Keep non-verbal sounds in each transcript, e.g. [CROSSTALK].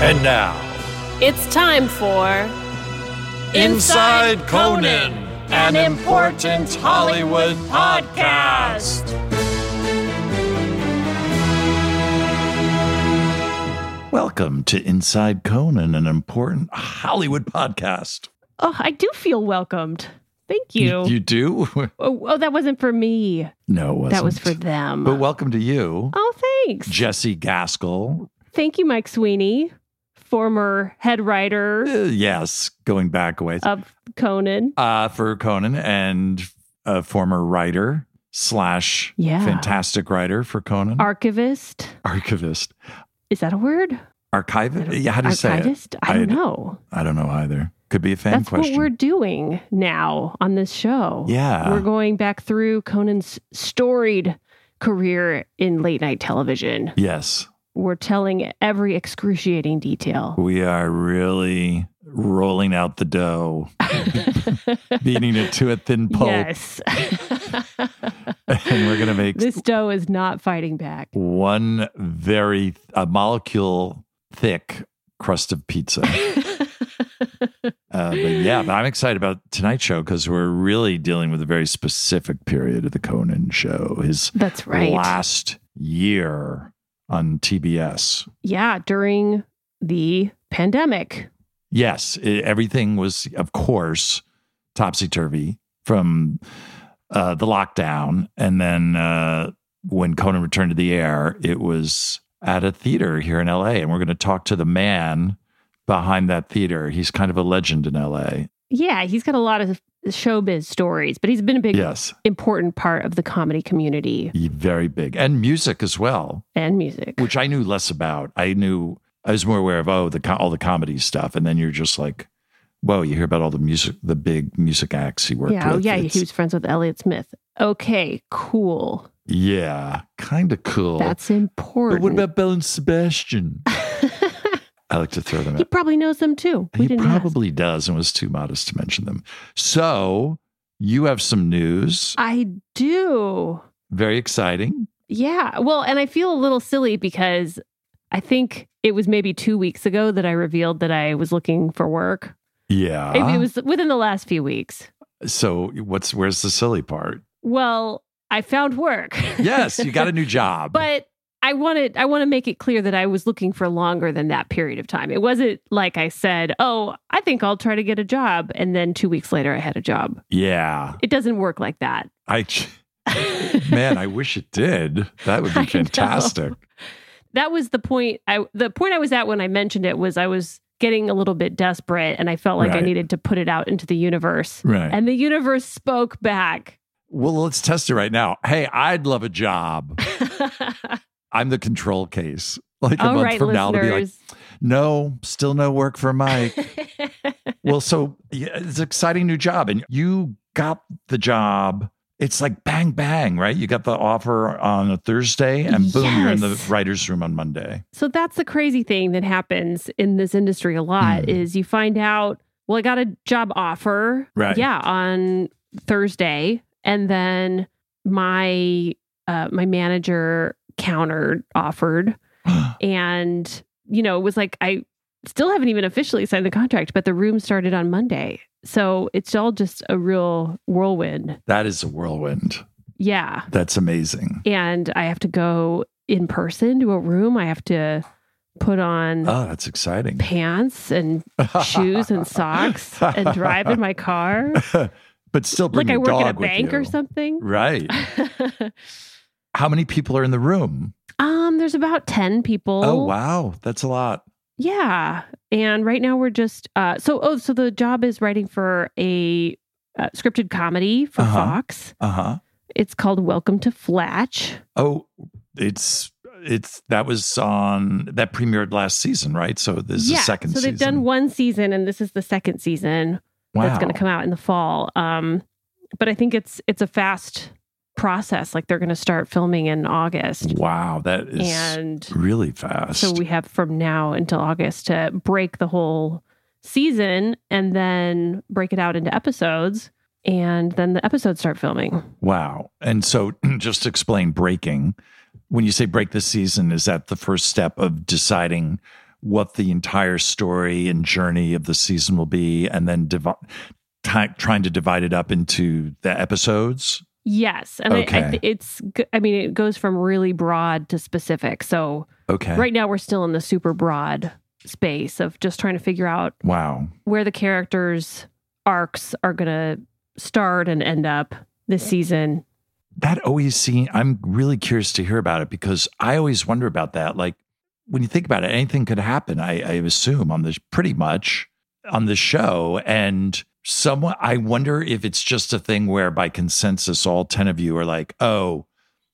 And now, It's time for Inside Conan, an important Hollywood podcast. Welcome to Inside Conan, an important Hollywood podcast. Oh, I do feel welcomed. Thank you. You do? [LAUGHS] oh, oh, that wasn't for me. no, it wasn't. That was for them. But welcome to you, oh, thanks. Jesse Gaskell. Thank you, Mike Sweeney, former head Uh, writer yes, going back a ways of Conan. uh, for Conan and a former writer slash Yeah. fantastic writer for Conan. Archivist. archivist, Is that a word? archivist. Yeah, how do you say it? Archivist? I don't I'd- know. I don't know either. Could be a fan That's question. what we're doing now on this show. Yeah. We're going back through Conan's storied career in late night television. yes, We're telling every excruciating detail. we are really rolling out the [LAUGHS] dough, beating it to a thin pulp. Yes. [LAUGHS] and we're going to make this dough is not fighting back. one very a molecule thick crust of pizza. Uh, but yeah, but I'm excited about tonight's show because we're really dealing with a very specific period of the Conan show. His That's right. last year on TBS. Yeah, during the pandemic. Yes, i everything was, of course, topsy turvy from uh, the lockdown, and then uh, when Conan returned to the air, it was at a theater here in LA, and we're going to talk to the man behind that theater. He's kind of a legend in LA. Yeah, he's got a lot of showbiz stories, but he's been a big, Yes, important part of the comedy community he- very big, and music as well, and music. which I knew less about. I knew I was more aware of oh the co- all the comedy stuff, and then you're just like. Whoa, you hear about all the music, the big music acts he worked yeah, oh, with. yeah, It's- he was friends with Elliot Smith. Okay, cool. Yeah, kind of cool. That's but important. what [LAUGHS] about Bell and Sebastian? I like to throw them he out. probably knows them too. We He, didn't ask. probably does and was too modest to mention them. So you have some news. I do. Very exciting. Yeah. Well, and I feel a little silly because I think it was maybe two weeks ago that I revealed that I was looking for work. Yeah. It- It was within the last few weeks. so what's where's the silly part? Well, I found work. Yes, you got a new job. [LAUGHS] but I wanted I want to make it clear that I was looking for longer than that period of time. It wasn't like I said, "Oh, I think I'll try to get a job," and then 2 weeks later I had a job. yeah. It doesn't work like that. I man, I wish it did. That would [LAUGHS] be I know. fantastic. [LAUGHS] that was the point I the point I was at when I mentioned it was I was getting a little bit desperate and I felt like I Right. needed to put it out into the universe. Right. And the universe spoke back. [LAUGHS] well, let's test it right now. Hey, I'd love a job. I'm the control case. Like a All month right, from now, to be like, listeners. No, still no work for [LAUGHS] Mike. [LAUGHS] well, so yeah, it's an exciting new job, and you got the job. It's like bang bang, right? You got the offer on a Thursday, and boom, you're in the Yes. writers' room on Monday. so that's the crazy thing that happens in this industry a lot Hmm. is you find out, well, I got a job offer. Right. Yeah, on Thursday. And then my uh, my manager countered [GASPS] offered and you know it was like i still haven't even officially signed the contract but the room started on monday so it's all just a real whirlwind That is a whirlwind. yeah That's amazing. and i have to go in person to a room. I have to put on Oh, that's exciting. pants and [LAUGHS] shoes and socks and drive in my car. but still bring like I your work dog at a with bank you. or something. [LAUGHS] Right. How many people are in the room? um, there's about 10 people. Oh, wow. That's a lot. Yeah. And right now we're just uh so oh so the job is writing for a uh, scripted comedy for Uh-huh. Fox. Uh huh. It's called Welcome to Flatch. Oh, it's it's that was on that premiered last season, right? So this is the second so season. they've done one season and this is the second season wow. that's going to come out in the fall. Um but I think it's it's a fast process like they're going to start filming in August. Wow, that is And really fast. So we have from now until August to break the whole season and then break it out into episodes. And then the episodes start filming. wow. And so [CLEARS THROAT] just to explain breaking. When you say break the season, is that the first step of deciding what the entire story and journey of the season will be and then divi- ty- trying to divide it up into the episodes? Yes. And I, I Okay. th- it's, g- I mean, it goes from really broad to specific. So Okay. right now we're still in the super broad space of just trying to figure out Wow. where the characters' arcs are going to start and end up this season. That always seems, I'm really curious to hear about it because I always wonder about that. Like when you think about it, anything could happen, I, I assume, on this pretty much on the show. And someone, I wonder if it's just a thing where by consensus, all 10 of you are like, oh,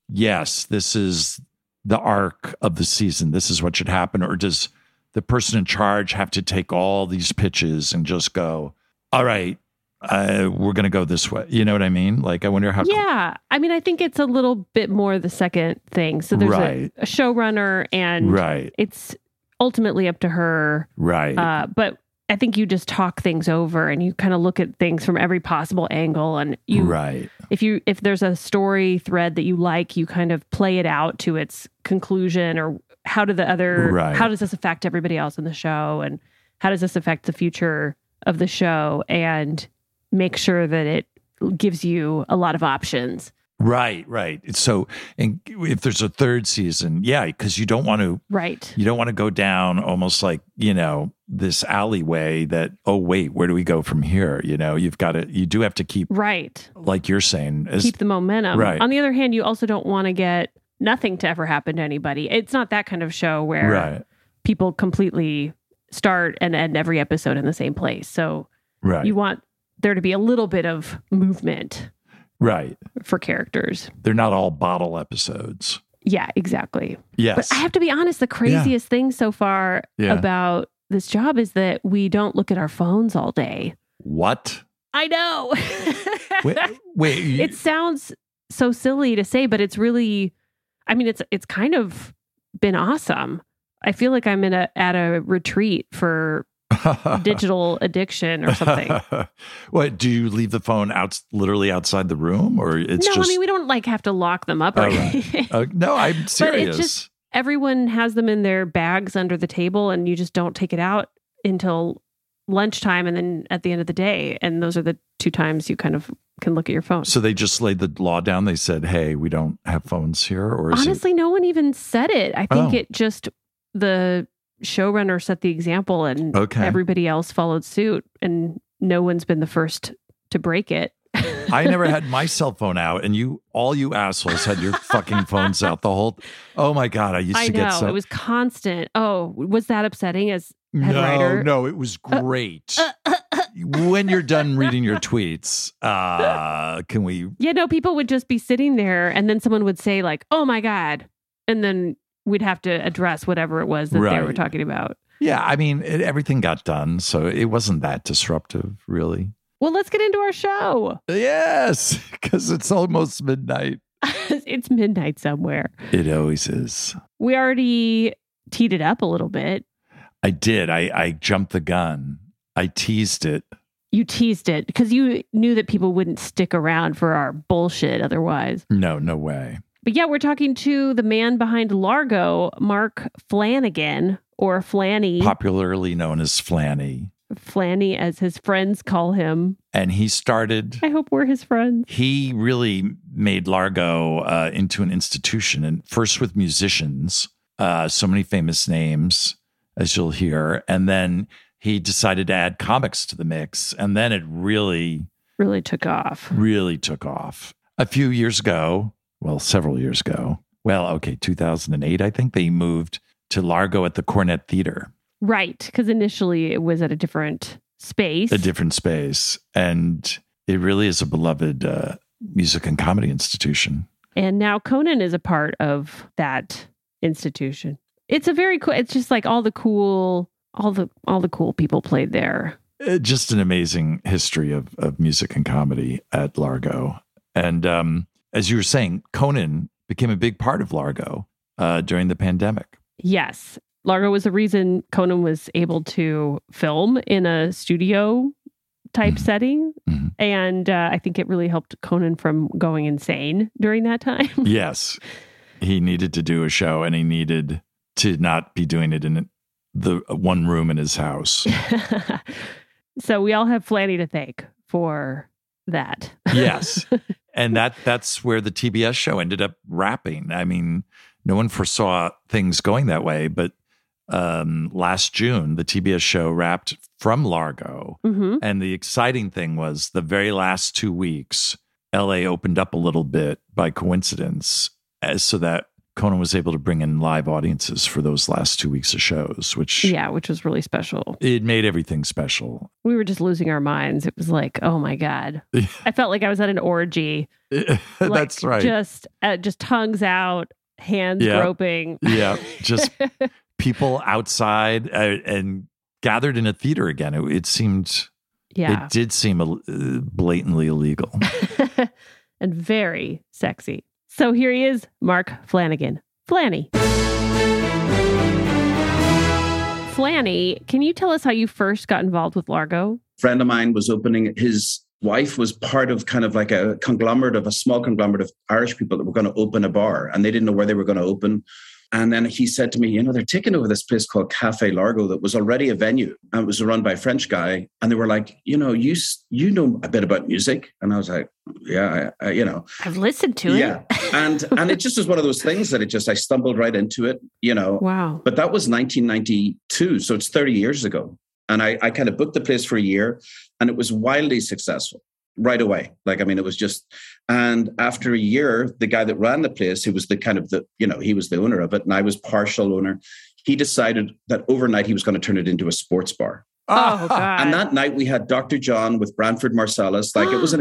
yes, this is the arc of the season. This is what should happen. Or does the person in charge have to take all these pitches and just go, all right, uh, we're going to go this way? You know what I mean? Like, I wonder how. Yeah. I mean, I think it's a little bit more the second thing. So there's Right. a, a showrunner and Right. it's ultimately up to her. Right. Uh, but I think you just talk things over and you kind of look at things from every possible angle. And you, right. if you, if there's a story thread that you like, you kind of play it out to its conclusion or how do the other, Right. how does this affect everybody else in the show? And how does this affect the future of the show? And make sure that it gives you a lot of options. Right. Right. So, and if there's a third season, yeah, because you don't want to, Right. you don't want to go down almost like, you know, this alleyway that, oh, wait, where do we go from here? You know, you've got to, you do have to keep, Right. like you're saying, as, keep the momentum. Right. On the other hand, you also don't want to get nothing to ever happen to anybody. It's not that kind of show where right. people completely start and end every episode in the same place. So Right. you want there to be a little bit of movement right. for characters. They're not all bottle episodes. Yeah, exactly. Yes. But I have to be honest, the craziest thing so far Yeah. about this job is that we don't look at our phones all day. what? I know. Wait, wait [LAUGHS] you- it sounds so silly to say but it's really i mean it's it's kind of been awesome i feel like i'm in a at a retreat [LAUGHS] for digital addiction or something what do you leave the phone out literally outside the room or [LAUGHS] it's no just i mean we don't like have to lock them up or Oh, right. anything. Uh, no, I'm serious. just- [LAUGHS] everyone has them in their bags under the table and you just don't take it out until lunchtime and then at the end of the day and those are the two times you kind of can look at your phone so they just laid the law down. They said, "Hey, we don't have phones here." Or is Honestly, no one even said it. I think Oh. it just the showrunner set the example and it okay? everybody else followed suit and no one's been the first to break it. I never had my cell phone out, and you, all you assholes, had your fucking phones out the whole. Oh my god, I used I to get know. so. It was constant. Oh, was that upsetting as head no, writer. no, it was great. when you're done reading your tweets, uh, can we? Yeah, no, people would just be sitting there and then someone would say like, "Oh my god." And then we'd have to address whatever it was that they were Right. talking about. Yeah, I mean, it, everything got done, so it wasn't that disruptive, really. Well, let's get into our show. [LAUGHS] Yes, because it's almost midnight. it's midnight somewhere. It always is. We already teed it up a little bit. I did. I, I jumped the gun. I teased it. you teased it because you knew that people wouldn't stick around for our bullshit otherwise. No, no way. But yeah, we're talking to the man behind Largo, Mark Flanagan or Flanny. Mm-hmm. Popularly known as Flanny. Flanny, as his friends call him. And he started, I hope we're his friends. he really made Largo uh, into an institution, and first with musicians, uh, so many famous names, as you'll hear. And then he decided to add comics to the mix. And then it really Really took off. really took off. A few years ago, well, several years ago, well, okay, 2008, I think they moved to Largo at the Cornet Theater, Right. Because initially it was at a different space. a different space. And it really is a beloved uh, music and comedy institution. and now Conan is a part of that institution. It's a very cool, it's just like all the cool, all the, all the cool people played there. Uh, just an amazing history of, of music and comedy at Largo. And um, as you were saying, Conan became a big part of Largo uh, during the pandemic. Yes. Largo was the reason Conan was able to film in a studio type Mhm. setting. Mhm. And uh, I think it really helped Conan from going insane during [LAUGHS] that time. [LAUGHS] yes. He needed to do a show and he needed to not be doing it in the one room in his house. so we all have Flanny to thank for that. [LAUGHS] Yes. and that that's where the TBS show ended up wrapping. I mean, no one foresaw things going that way, but um last June the TBS show wrapped from Largo. hmm And the exciting thing was the very last two weeks, LA opened up a little bit by coincidence, as so that Conan was able to bring in live audiences for those last two weeks of shows, which Yeah, which was really special. it made everything special. [LAUGHS] We were just losing our minds. It was like, oh my God. I felt like I was at an orgy. Like, That's right. Just, uh, just tongues out, hands Yeah. [LAUGHS] groping. [LAUGHS] yeah, [LAUGHS] just people outside uh, and gathered in a theater again. It, it seemed, yeah. it did seem uh, blatantly illegal. [LAUGHS] and very sexy. So here he is, Mark Flanagan. Flanny. Flanny, can you tell us how you first got involved with Largo? friend of mine was opening his wife was part of kind of like a conglomerate of a small conglomerate of irish people that were going to open a bar and they didn't know where they were going to open and then he said to me you know they're taking over this place called cafe largo that was already a venue and it was run by a french guy and they were like you know you s- you know a bit about music and i was like yeah I, I, you know I've listened to yeah and and it just was one of those things that it just i stumbled right into it you know [LAUGHS] Wow. but that was 1992 so it's 30 years ago and I, I kind of booked the place for a year and it was wildly successful right away like i mean it was just and after a year the guy that ran the place who was the kind of the you know he was the owner of it and i was partial owner he decided that overnight he was going to turn it into a sports bar [LAUGHS] Ah, Oh, God. and that night we had dr john with branford marsalis like it was an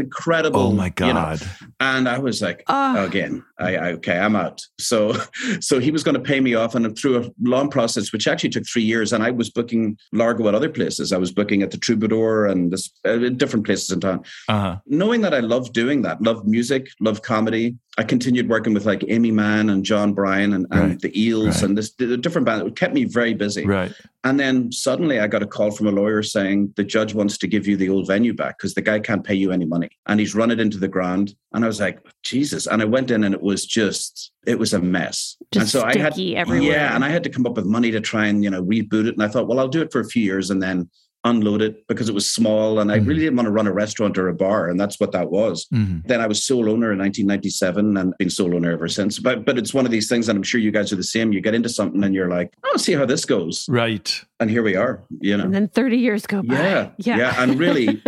[GASPS] incredible oh my you know, God. and I was like, Ah. again, I, I okay, I'm out. So, so he was going to pay me off, and through a long process, which actually took three years, and I was booking Largo at other places. I was booking at the Troubadour and this, uh, different places in town. Uh-huh. Knowing that I loved doing that, loved music, loved comedy, I continued working with like Amy Mann and John Bryan and, Right. and the Eels Right. and this the different band. It kept me very busy. Right. And then suddenly I got a call from a lawyer saying the judge wants to give you the old venue back because the guy can't pay you any money and he's run it into the ground. And I was like, Jesus. And I went in and it was just, it was a mess. and Just so I had, sticky everywhere. yeah. And I had to come up with money to try and, you know, reboot it. And I thought, well, I'll do it for a few years and then unload it because it was small. And I Mhm. really didn't want to run a restaurant or a bar. And that's what that was. Mhm. Then I was sole owner in 1997 and been sole owner ever since. But but it's one of these things, and I'm sure you guys are the same. You get into something and you're like, I'll see how this goes Right. and here we are you know And then 30 years go by. yeah, Yeah. yeah and really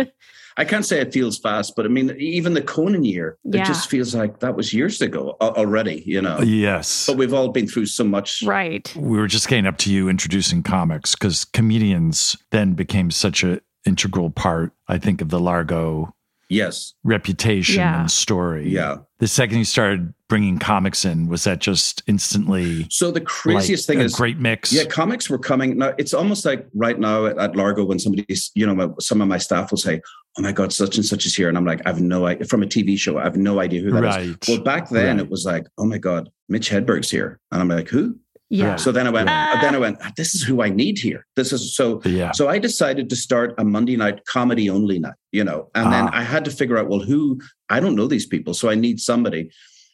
i can't say it feels fast but i mean even the conan year Yeah. it just feels like that was years ago al- already you know Yes. but we've all been through so much [LAUGHS] Right. we were just getting up to you introducing comics because comedians then became such an integral part, I think, of the Largo yes reputation Yeah. and story. yeah The second you started bringing comics in, was that just instantly so the craziest like, uh, thing a is great mix? Yeah, comics were coming. Now it's almost like right now at, at Largo when somebody's, you know, my- some of my staff will say, "Oh my God, such and such is here," and I'm like, "I've no idea." From a TV show, I have no idea who that is. right. Well, back then Right. it was like, "Oh my God, Mitch Hedberg's here," and I'm like, "Who?" Yeah. So then I went. Yeah. Then I went. This is who I need here. This is so. yeah. So I decided to start a Monday night comedy only night. You know, and then Ah. I had to figure out well who I don't know these people, so I need somebody.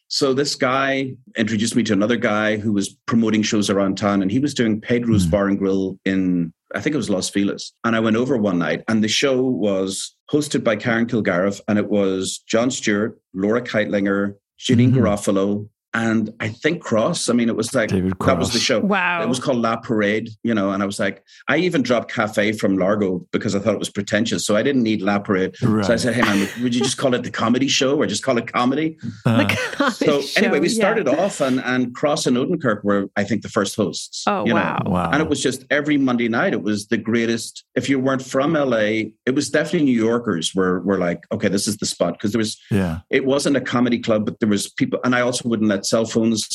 So this guy introduced me to another guy who was promoting shows around town, and he was doing Pedro's Hmm. Bar and Grill in I think it was Los Feliz. And I went over one night, and the show was hosted by Karen Kilgariff, and it was John Stewart, Laura Keitlinger, Janine Mhm. Garofalo, and I think Cross. I mean, it was like David that was Cross. the show. Wow. [LAUGHS] It was called La Parade, you know, and I was like, I even dropped Cafe from Largo because I thought it was pretentious. So I didn't need La Parade. So I Right. said, hey, man, would you just call it the comedy show or just call it [LAUGHS] comedy? Uh, So anyway, we started off and, and Cross and Odenkirk were, I think, the first hosts. Oh, you know. wow. wow. And it was just every Monday night, it was the greatest. If you weren't from LA, it was definitely New Yorkers were, were like, okay, this is the spot. Because there was yeah. it wasn't a comedy club, but there was people, and I also wouldn't let cell phones,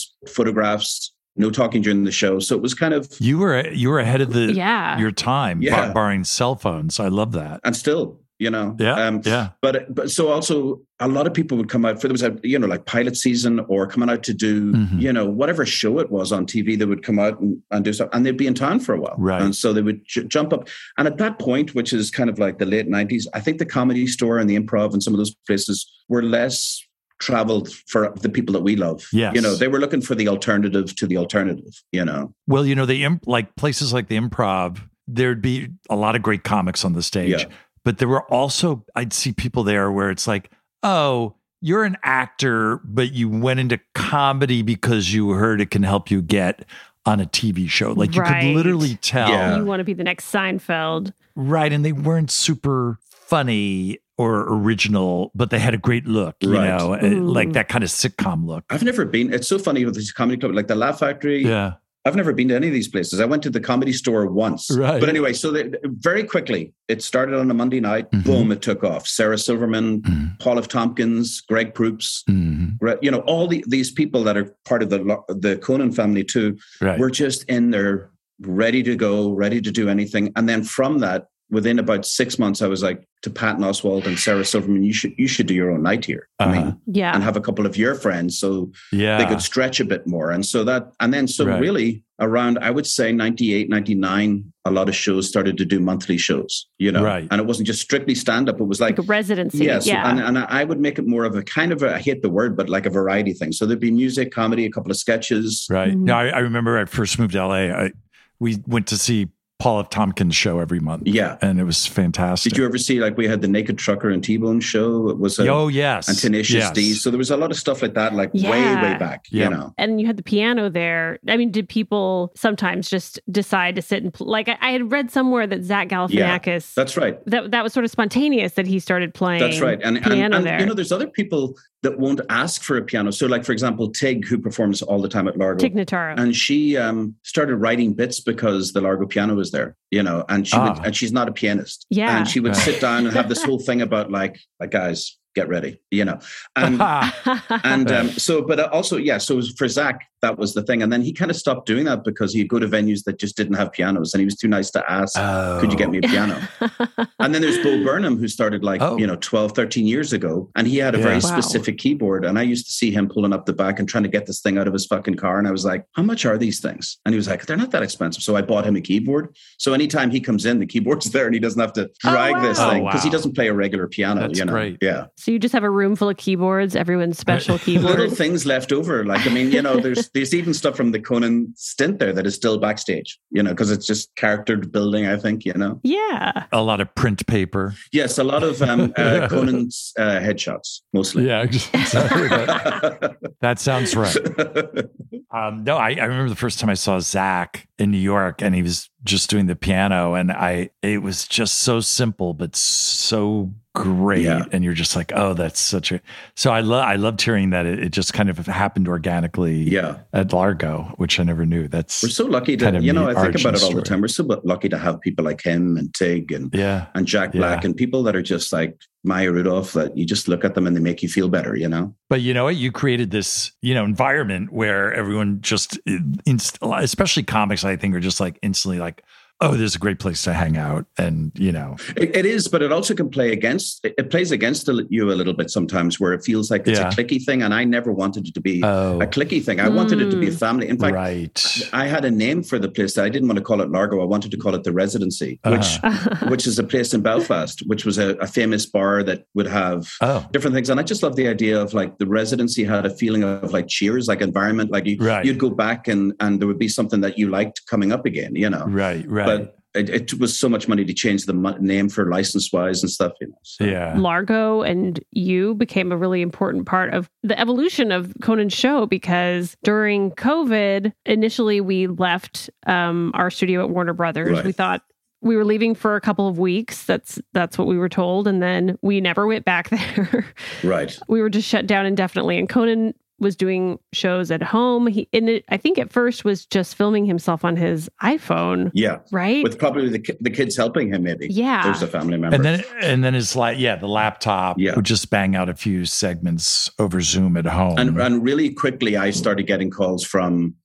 photographs, no talking during the show. So it was kind of, You were you were ahead of the Yeah. your time, Yeah. bar- barring cell phones. I love that. and still, you know, Yeah. um, yeah. but but so also a lot of people would come out for there was a you know like pilot season or coming out to do Mhm. you know whatever show it was on TV they would come out and, and do stuff and they'd be in town for a while Right. and so they would j- jump up and at that point which is kind of like the late nineties I think the comedy store and the improv and some of those places were less traveled for the people that we love Yes. you know they were looking for the alternative to the alternative you know Well, you know, the imp- like places like the improv, there'd be a lot of great comics on the stage, Yeah. but there were also I'd see people there where it's like, "Oh, you're an actor, but you went into comedy because you heard it can help you get on a TV show." Like you Right. could literally tell. Yeah. You want to be the next Seinfeld. Right, and they weren't super funny or original, but they had a great look, you Right. know, uh, Mm. like that kind of sitcom look. I've never been it's so funny with this comedy club like the Laugh Factory Yeah. I've never been to any of these places. I went to the comedy store once. Right. But anyway, so they, very quickly, it started on a Monday night. Mhm. Boom, it took off. Sarah Silverman, Mhm. Paul F. Tompkins, Greg Proops, Mhm. Gre- you know, all the, these people that are part of the, lo- the Conan family too, Mm-hmm. Right. were just in there ready to go, ready to do anything. And then from that, within about six months, I was like to Patton Oswald and Sarah Silverman, you should, you should do your own night here. I Uh-huh. mean, Yeah. and have a couple of your friends. So yeah. they could stretch a bit more and so that and then so Right. really around i would say 98 99 a lot of shows started to do monthly shows you know Right. and it wasn't just strictly stand up it was like, like a residency. yes yeah. and, and i would make it more of a kind of a, i hate the word but like a variety thing so there'd be music comedy a couple of sketches Right. Mhm. No, I, I remember I first moved to LA. I, we went to see Paul F. Tompkins' show every month. Yeah. And it was fantastic. did you ever see like we had the naked trucker and t-bone show it was a oh, yes. and tenacious yes. d so there was a lot of stuff like that like way Yeah. way back Yeah. you know and you had the piano there. I mean, did people sometimes just decide to sit and pl- like I, I had read somewhere that Zach Galifianakis that's right that that was sort of spontaneous that he started playing. That's right. And, and, piano and there. you know, there's other people that won't ask for a piano. So, like, for example, Tig, who performs all the time at Largo. Tig Notaro. and she um, started writing bits because the Largo piano was there, you know, and she Ah. would, and she's not a pianist. Yeah. And she would Yeah. sit down and [LAUGHS] have this whole thing about like, like guys, get ready, you know. [LAUGHS] [LAUGHS] And and um, so, but also, yeah. So it was for Zach, that was the thing. And then he kind of stopped doing that because he'd go to venues that just didn't have pianos, and he was too nice to ask. Could you get me Oh. a piano? and then there's Bo Burnham, who started like, Oh. you know, 12, 13 years ago. And he had a Yeah. very Wow. specific keyboard. And I used to see him pulling up the back and trying to get this thing out of his fucking car. And I was like, how much are these things? And he was like, they're not that expensive. So I bought him a keyboard. So anytime he comes in, the keyboard's [LAUGHS] there and he doesn't have to Oh, drag this wow. thing Oh, because he wow. doesn't play a regular piano, That's you know? great. Yeah. so you just have a room full of keyboards, everyone's special [LAUGHS] Little keyboard. things left over. Like, I mean, you know, there's [LAUGHS] there's even stuff from the Conan stint there that is still backstage, you know, because it's just character building, I think, you know. yeah. a lot of print paper. Yes, a lot of um, uh, [LAUGHS] Conan's uh, headshots mostly. Yeah, [LAUGHS] exactly. that, [LAUGHS] that sounds right. yeah, Um, no, I, I remember the first time I saw Zach in New York, and he was just doing the piano, and I it was just so simple but so great. Yeah. And you're just like, oh, that's such a. So I love I loved hearing that it, it just kind of happened organically. at Largo, which I never knew. That's we're so lucky to Kind of you know. I neat think origin about it all the story. time. We're so bu- lucky to have people like him and Tig and yeah, and Jack Black Yeah. and people that are just like Maya Rudolph that you just look at them and they make you feel better. You know, but you know what? You created this you know environment where everyone just, inst- especially comics, I think, are just like instantly like, oh, there's a great place to hang out, and you know, it, it is, but it also can play against. It it plays against a li- you a little bit sometimes, where it feels like it's Yeah. a clicky thing. And I never wanted it to be oh, a clicky thing. I wanted it to be a family. In fact, right, I had a name for the place that I didn't want to call it Largo. I wanted to call it the Residency, Uh-huh. which which is a place in Belfast, which was a, a famous bar that would have oh, different things. And I just love the idea of like the residency had a feeling of like cheers, like environment, like you, Right. you'd go back and and there would be something that you liked coming up again, you know. Oh, right, right. But it, it was so much money to change the mo- name for license wise and stuff. You know, so. Yeah. Largo and you became a really important part of the evolution of Conan's show because during COVID, initially we left um, our studio at Warner Brothers. Right. We thought we were leaving for a couple of weeks. That's that's what we were told, and then we never went back [LAUGHS] there. Right. we were just shut down indefinitely, and Conan was doing shows at home. He and it, I think at first was just filming himself on his iPhone, Yeah. right? With probably the, ki- the kids helping him, maybe. yeah, There's a family member. And then and then it's like yeah, the laptop Yeah. would just bang out a few segments over Zoom at home. and, and really quickly, I started getting calls from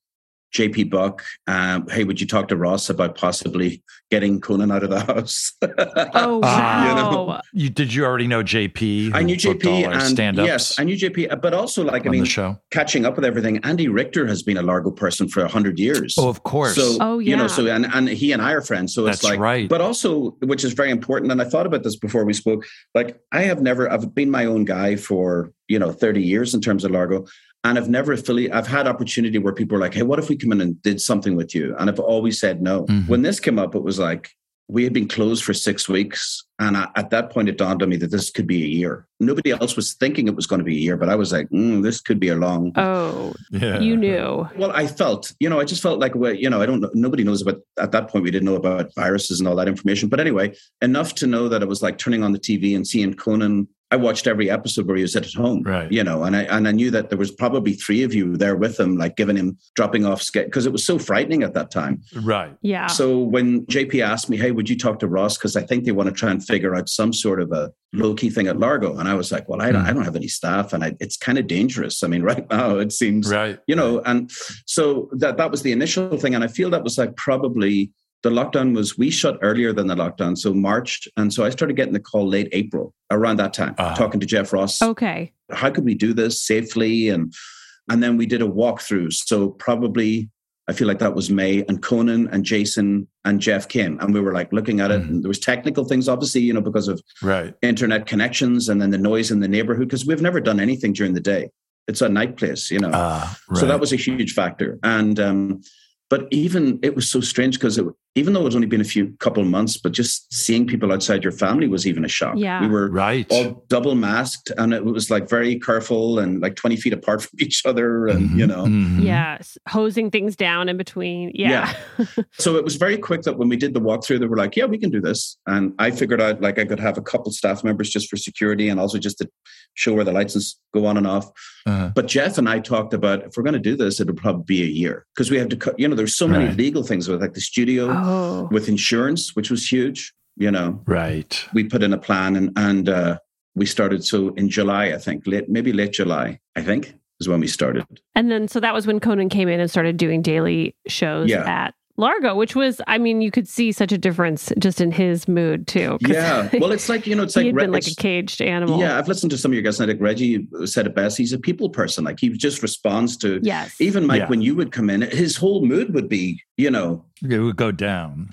JP Buck. Um, hey, would you talk to Ross about possibly getting Conan out of the house? [LAUGHS] oh wow. Ah, you know. you did you already know JP? I who knew booked all JP our and stand-ups yes, I knew JP, but also like I on mean, the show. catching up with everything. Andy Richter has been a Largo person for hundred years. Oh, of course. So Oh, you yeah. know, so and, and he and I are friends. So it's That's like right. but also which is very important. And I thought about this before we spoke. Like I have never I've been my own guy for, you know, 30 years in terms of Largo. And I've never affiliate I've had opportunity where people are like, Hey, what if we come in and did something with you? And I've always said no. Mhm. When this came up, it was like we had been closed for six weeks. And I, at that point, it dawned on me that this could be a year. Nobody else was thinking it was going to be a year, but I was like, mm, this could be a long Oh, yeah. you knew. well, I felt, you know, I just felt like, well, you know, I don't know. Nobody knows about, at that point, we didn't know about viruses and all that information. But anyway, enough to know that it was like turning on the TV and seeing Conan. I watched every episode where he was at his home, Right. you know, and I, and I knew that there was probably three of you there with him, like giving him, dropping off skit, because it was so frightening at that time. Right. Yeah. So when JP asked me, "Hey, would you talk to Ross?" because I think they want to try and figure out some sort of a low key thing at Largo, and I was like, "Well, I don't, I don't have any staff, and I, it's kind of dangerous. I mean, right now it seems, Right. you know." And so that that was the initial thing, and I feel that was like probably the lockdown was we shut earlier than the lockdown, so March, and so I started getting the call late April around that time, Uh-huh. talking to Jeff Ross okay. how could we do this safely and and then we did a walkthrough so probably i feel like that was may and conan and jason and jeff came and we were like looking at it Mhm. and there was technical things obviously you know because of Right. internet connections and then the noise in the neighborhood because we've never done anything during the day it's a night place you know Uh, right. so that was a huge factor and um but even it was so strange because even though it's only been a few couple of months but just seeing people outside your family was even a shock Yeah. we were right. all double masked and it was like very careful and like 20 feet apart from each other and you Mhm, know mhm. Yeah. s- Hosing things down in between. Yeah. [LAUGHS] so it was very quick that when we did the walkthrough they were like yeah we can do this and i figured out like i could have a couple staff members just for security and also just to show where the lights is- go on and off Uh-huh. but jeff and i talked about if we're going to do this it'll probably be a year because we have to cut you know there's so many Right. legal things with like the studio oh. with insurance which was huge you know Right. we put in a plan and and uh, we started so in July, I think, late maybe late July, I think, is when we started. And then so that was when Conan came in and started doing daily shows Yeah. at Largo, which was, I mean, you could see such a difference just in his mood too. 'cause Yeah. Well, [LAUGHS] it's like you know, it's he like, had been Re- like a it's- caged animal. yeah. I've listened to some of your guys, and like Reggie said it best. He's a people person. Like he just responds to Yes. even Mike Yeah. when you would come in, his whole mood would be you know. It would go down.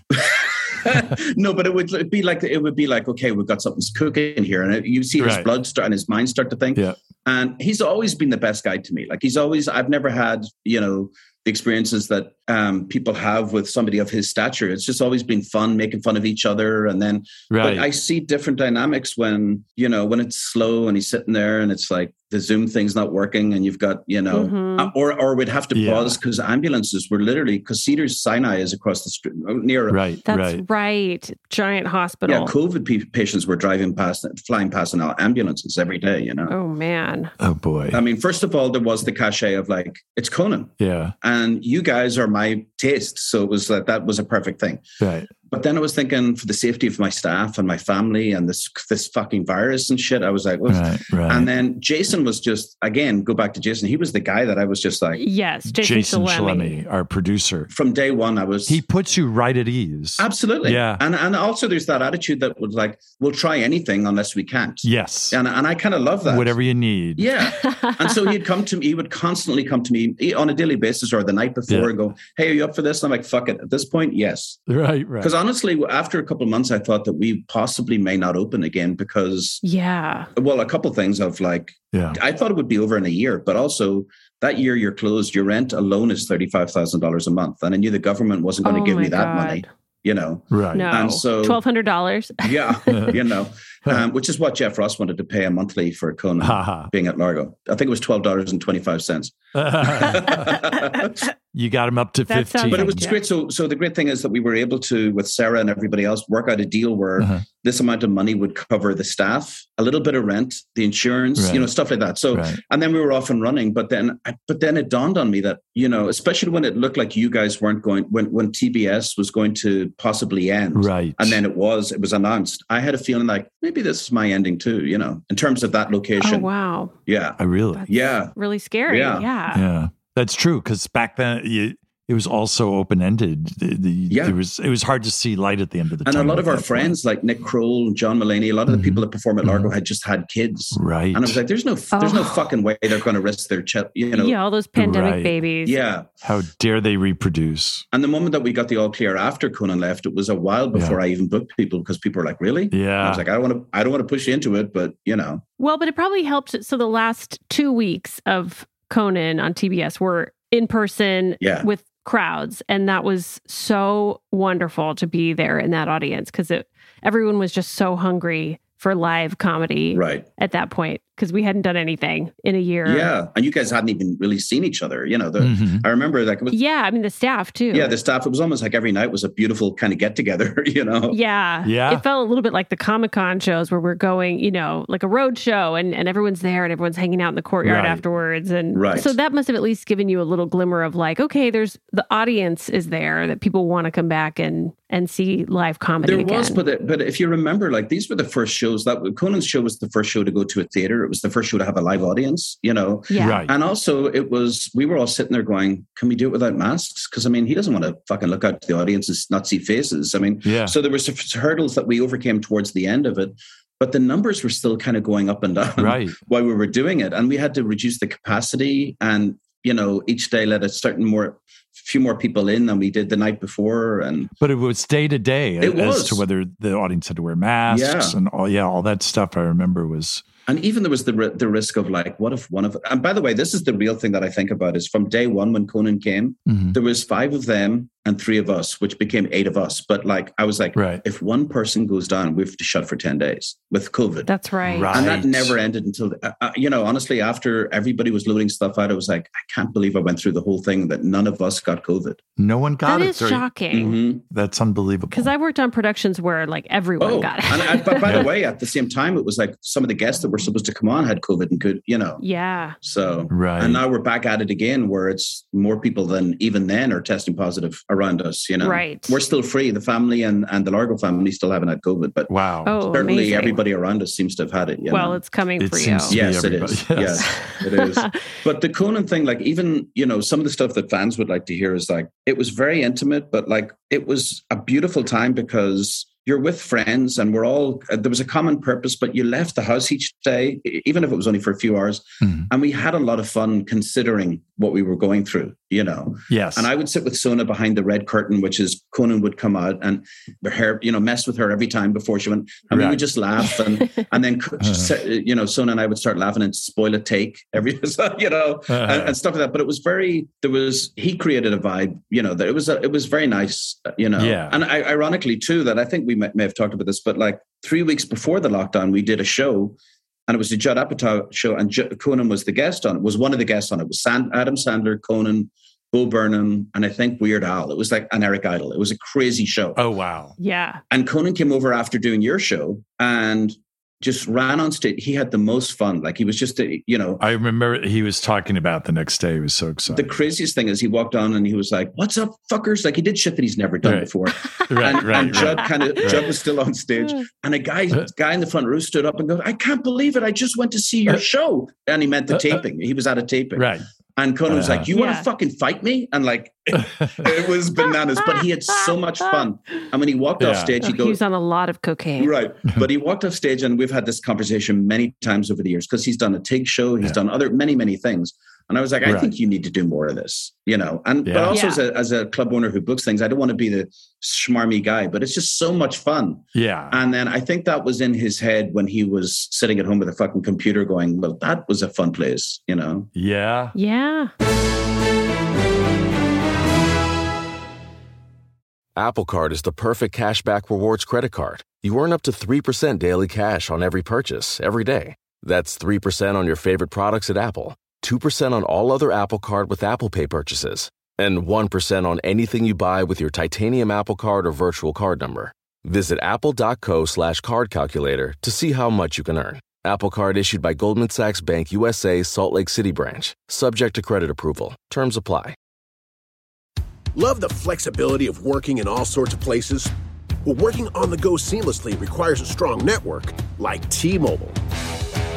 [LAUGHS] no, but it would it'd be like it would be like okay, we've got something's cooking here, and you see his Right. blood start and his mind start to think. Yeah. and he's always been the best guy to me like he's always i've never had you know the experiences that um, people have with somebody of his stature it's just always been fun making fun of each other and then Right. but i see different dynamics when you know when it's slow and he's sitting there and it's like the zoom thing's not working and you've got you know Mhm. uh, or or we'd have to Yeah. pause because ambulances were literally because cedars sinai is across the street near right. That's right. right. Giant hospital. yeah covid pe- patients were driving past flying past in ambulances every day you know Oh man. Oh boy. I mean, first of all, there was the cachet of like, it's Conan yeah. and you guys are my taste. So it was like, that was a perfect thing. Right. But then I was thinking for the safety of my staff and my family and this, this fucking virus and shit. I was like, "Oof." Right. Right. and then Jason was just, again, go back to Jason. He was the guy that I was just like, Yes. Jason, Jason Chalemi. Chalemi, our producer, from day one, I was. he puts you right at ease. absolutely. Yeah. And, and also there's that attitude that was like, we'll try anything unless we can't. Yes. And, and I kind of love that. Whatever you need. Yeah. And so he'd come to me, he would constantly come to me e, on a daily basis or the night before Yeah. and go, Hey, are you up for this? And I'm like, fuck it. At this point, yes. Right. Right. Because honestly, after a couple of months, I thought that we possibly may not open again because, [LAUGHS] yeah. well, a couple things of like, Yeah. I thought it would be over in a year, but also that year you're closed, your rent alone is $35,000 a month. And I knew the government wasn't going Oh to give my me that God. money. you know. Right. No. And so- twelve hundred [LAUGHS] [LAUGHS] dollars. Yeah, [LAUGHS] you know, [LAUGHS] um, which is what Jeff Ross wanted to pay a monthly for Conan Ha being at Largo. I think it was twelve dollars and twenty five cents. ha. [LAUGHS] Oh, you got him up to That sounds fifteen. But it was Yeah. great. So, so the great thing is that we were able to, with Sarah and everybody else, work out a deal where Uh-huh. this amount of money would cover the staff, a little bit of rent, the insurance, Right. you know, stuff like that. So, Right. and then we were off and running. But then, I- but then it dawned on me that you know, especially when it looked like you guys weren't going, when when TBS was going to possibly end, Right. and then it was it was announced. I had a feeling like maybe this is my ending too. You know, in terms of that oh location. wow, Yeah, I really. That's Yeah. really scary. Yeah. Yeah, Yeah, that's true. Because back then, you, it was also open ended. The, the, Yeah. there was it was hard to see light at the end of the and a tunnel lot of at our that friends like Nick Kroll and John Mullaney, a lot of the Mhm. people that perform at Largo Mhm. had just had kids. point. right? And I was like, "There's no, there's no Oh. fucking way they're going to risk their, ch- you know, yeah, all those pandemic Right. babies. yeah." how dare they reproduce? And the moment that we got the all clear after Conan left, it was a while before I even booked people because people were like, "Really?" And I Yeah, was like, "I don't want to, I don't want to push you into it," but you know, Well, but it probably helped. So the last two weeks of Conan on TBS were in person yeah, with crowds, and that was so wonderful to be there in that audience because it everyone was just so hungry for live comedy right, at that point because we hadn't done anything in a year. yeah. And you guys hadn't even really seen each other, you know. The, Mhm. I remember like it was, yeah. I mean, the staff too. yeah, the staff. It was almost like every night was a beautiful kind of get together, [LAUGHS] you [LAUGHS] know. Yeah. Yeah. It felt a little bit like the Comic Con shows where we're going, you know, like a road show and, and everyone's there and everyone's hanging out in the courtyard Right. afterwards. And Right. so that must have at least given you a little glimmer of like, okay, there's the audience is there that people want to come back and and see live comedy. There again. was, but it, but if you remember, like these were the first shows that Conan's show was the first show to go to a theater. It was the first show to have a live audience, you know. yeah. right. And also, it was we were all sitting there going, "Can we do it without masks?" Because I mean, he doesn't want to fucking look out to the audience and not see faces. I mean, yeah, so there were some hurdles that we overcame towards the end of it, but the numbers were still kind of going up and down [LAUGHS] right. while we were doing it, and we had to reduce the capacity and you know each day let a certain more few more people in than we did the night before and But it was day to day as It was. to whether the audience had to wear masks Yeah. and all. Yeah, all that stuff. I remember was And even there was the ri- the risk of like, what if one of and by the way, this is the real thing that I think about is from day one when Conan came, Mhm. there was five of them and three of us, which became eight of us. But like, I was like, right. if one person goes down, we have to shut for ten days with COVID, That's right. Right. and that never ended until uh, uh, you know. Honestly, after everybody was loading stuff out, I was like, I can't believe I went through the whole thing that none of us got COVID. No one got That it. is Sorry. shocking. Mhm. That's unbelievable. Because I worked on productions where like everyone Oh, got it. and I, but [LAUGHS] by the way, at the same time, it was like some of the guests that were supposed to come on had COVID and could, you know. [LAUGHS] [LAUGHS] yeah. So right. And now we're back at it again, where it's more people than even then are testing positive around us. You know, Right. We're still free. The family and and the Largo family still haven't had COVID, but wow. Oh, certainly amazing. everybody around us seems to have had it. You well, know? it's coming it for seems to you. be Yes, it everybody. [LAUGHS] is. Yes. it is. But the Conan thing, like even you know, some of the stuff that fans would like to hear is like it was very intimate, but like it was a beautiful time because you're with friends and we're all uh, there was a common purpose, but you left the house each day, e- even if it was only for a few hours, Hmm. Mhm. and we had a lot of fun considering what we were going through, you know. Yes. And I would sit with Sona behind the red curtain, which is Conan would come out and her, you know, mess with her every time before she went, and we Right. would just laugh, and [LAUGHS] and then you know, Sona and I would start laughing and spoil a take every, [LAUGHS] so, you know, Uh, Uh-huh. and, and stuff like that. But it was very there was he created a vibe, you know, that it was a, it was very nice, uh, you know. Yeah. And I, ironically too, that I think we may, may have talked about this, but like three weeks before the lockdown, we did a show, and it was the Judd Apatow show, and Ju- Conan was the guest on it. Was one of the guests on it. it was Sand- Adam Sandler, Conan, Bo Burnham, and I think Weird Al. It was like an Eric Idle. It was a crazy show. oh wow. [LAUGHS] yeah. And Conan came over after doing your show and just ran on stage. He had the most fun. Like he was just, a, you know, I remember he was talking about the next day. He was so the excited. craziest thing is he walked on and he was like, "What's up, fuckers?" Like he did shit that he's never done Right. before. [LAUGHS] right, and, right, and right. Judd kind of Right. Uh-huh. Judd was still on stage, Mm. and a guy guy in the front row stood up and goes, "I can't believe it! I just went to see your show." And he meant the Uh, uh. taping. He was at a taping, Uh-huh. right. [LAUGHS] and Conan was Uh-huh. like, "You want Yeah. to fucking fight me?" And like it was bananas, but he had so much fun. And when he walked off Yeah. stage, Oh, he he goes, was on a lot of cocaine. [LAUGHS] Right. But he walked off stage, and we've had this conversation many times over the years because he's done a TIG show, he's Yeah. done other many, many things. And I was like, I Right. think you need to do more of this, you know. And but Yeah. also Yeah. as, a, as a club owner who books things, I don't want to be the schmarmy guy, but it's just so much fun. Yeah. And then I think that was in his head when he was sitting at home with a fucking computer, going, "Well, that was a fun place," you know. Yeah. Yeah. Apple Card is the perfect cashback rewards credit card. You earn up to 3% daily cash on every purchase, every day. That's 3% on your favorite products at Apple, 2% on all other Apple Card with Apple Pay purchases, and 1% on anything you buy with your titanium Apple Card or virtual card number. Visit apple.co slash card calculator to see how much you can earn. Apple Card issued by Goldman Sachs Bank USA, Salt Lake City branch, subject to credit approval. Terms apply. Love the flexibility of working in all sorts of places? But working on the go seamlessly requires a strong network like T Mobile.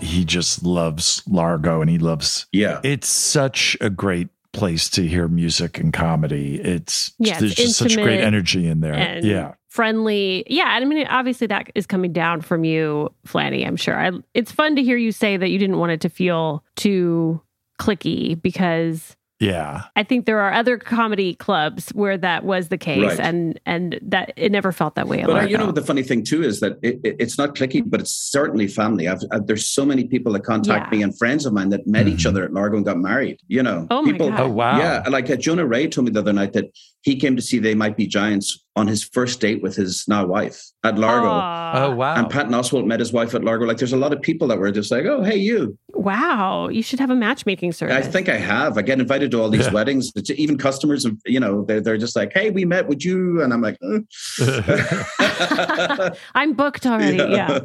He just loves Largo and he loves Yeah. it's such a great place to hear music and comedy. It's Yeah, there's it's just such great intimate energy in there. and yeah. friendly. Yeah, and I mean, obviously that is coming down from you, Flanny. I'm sure. I, it's fun to hear you say that you didn't want it to feel too clicky because Yeah. I think there are other comedy clubs where that was the case, Right. and and that it never felt that way. at But I, you know, Largo. the funny thing too is that it, it- it's not clicky, but it's certainly family. I've, i there's so many people that contact Yeah. me and friends of mine that met each Mhm. other at Largo and got married. You know, Oh my God. Oh wow. Yeah, like uh, Jonah Ray told me the other night that he came to see They Might Be Giants on his first date with his now wife at Largo. Aw. Oh [LAUGHS] wow. And Patton Oswalt met his wife at Largo. Like, there's a lot of people that were just like, "Oh, hey, you." wow! You should have a matchmaking I service. think I have. I get invited to all these Yeah. weddings. It's even customers, and you know, they're they're just like, "Hey, we met. Would you?" And I'm like, "Uh." [LAUGHS] [LAUGHS] eh. I'm booked already. Yeah.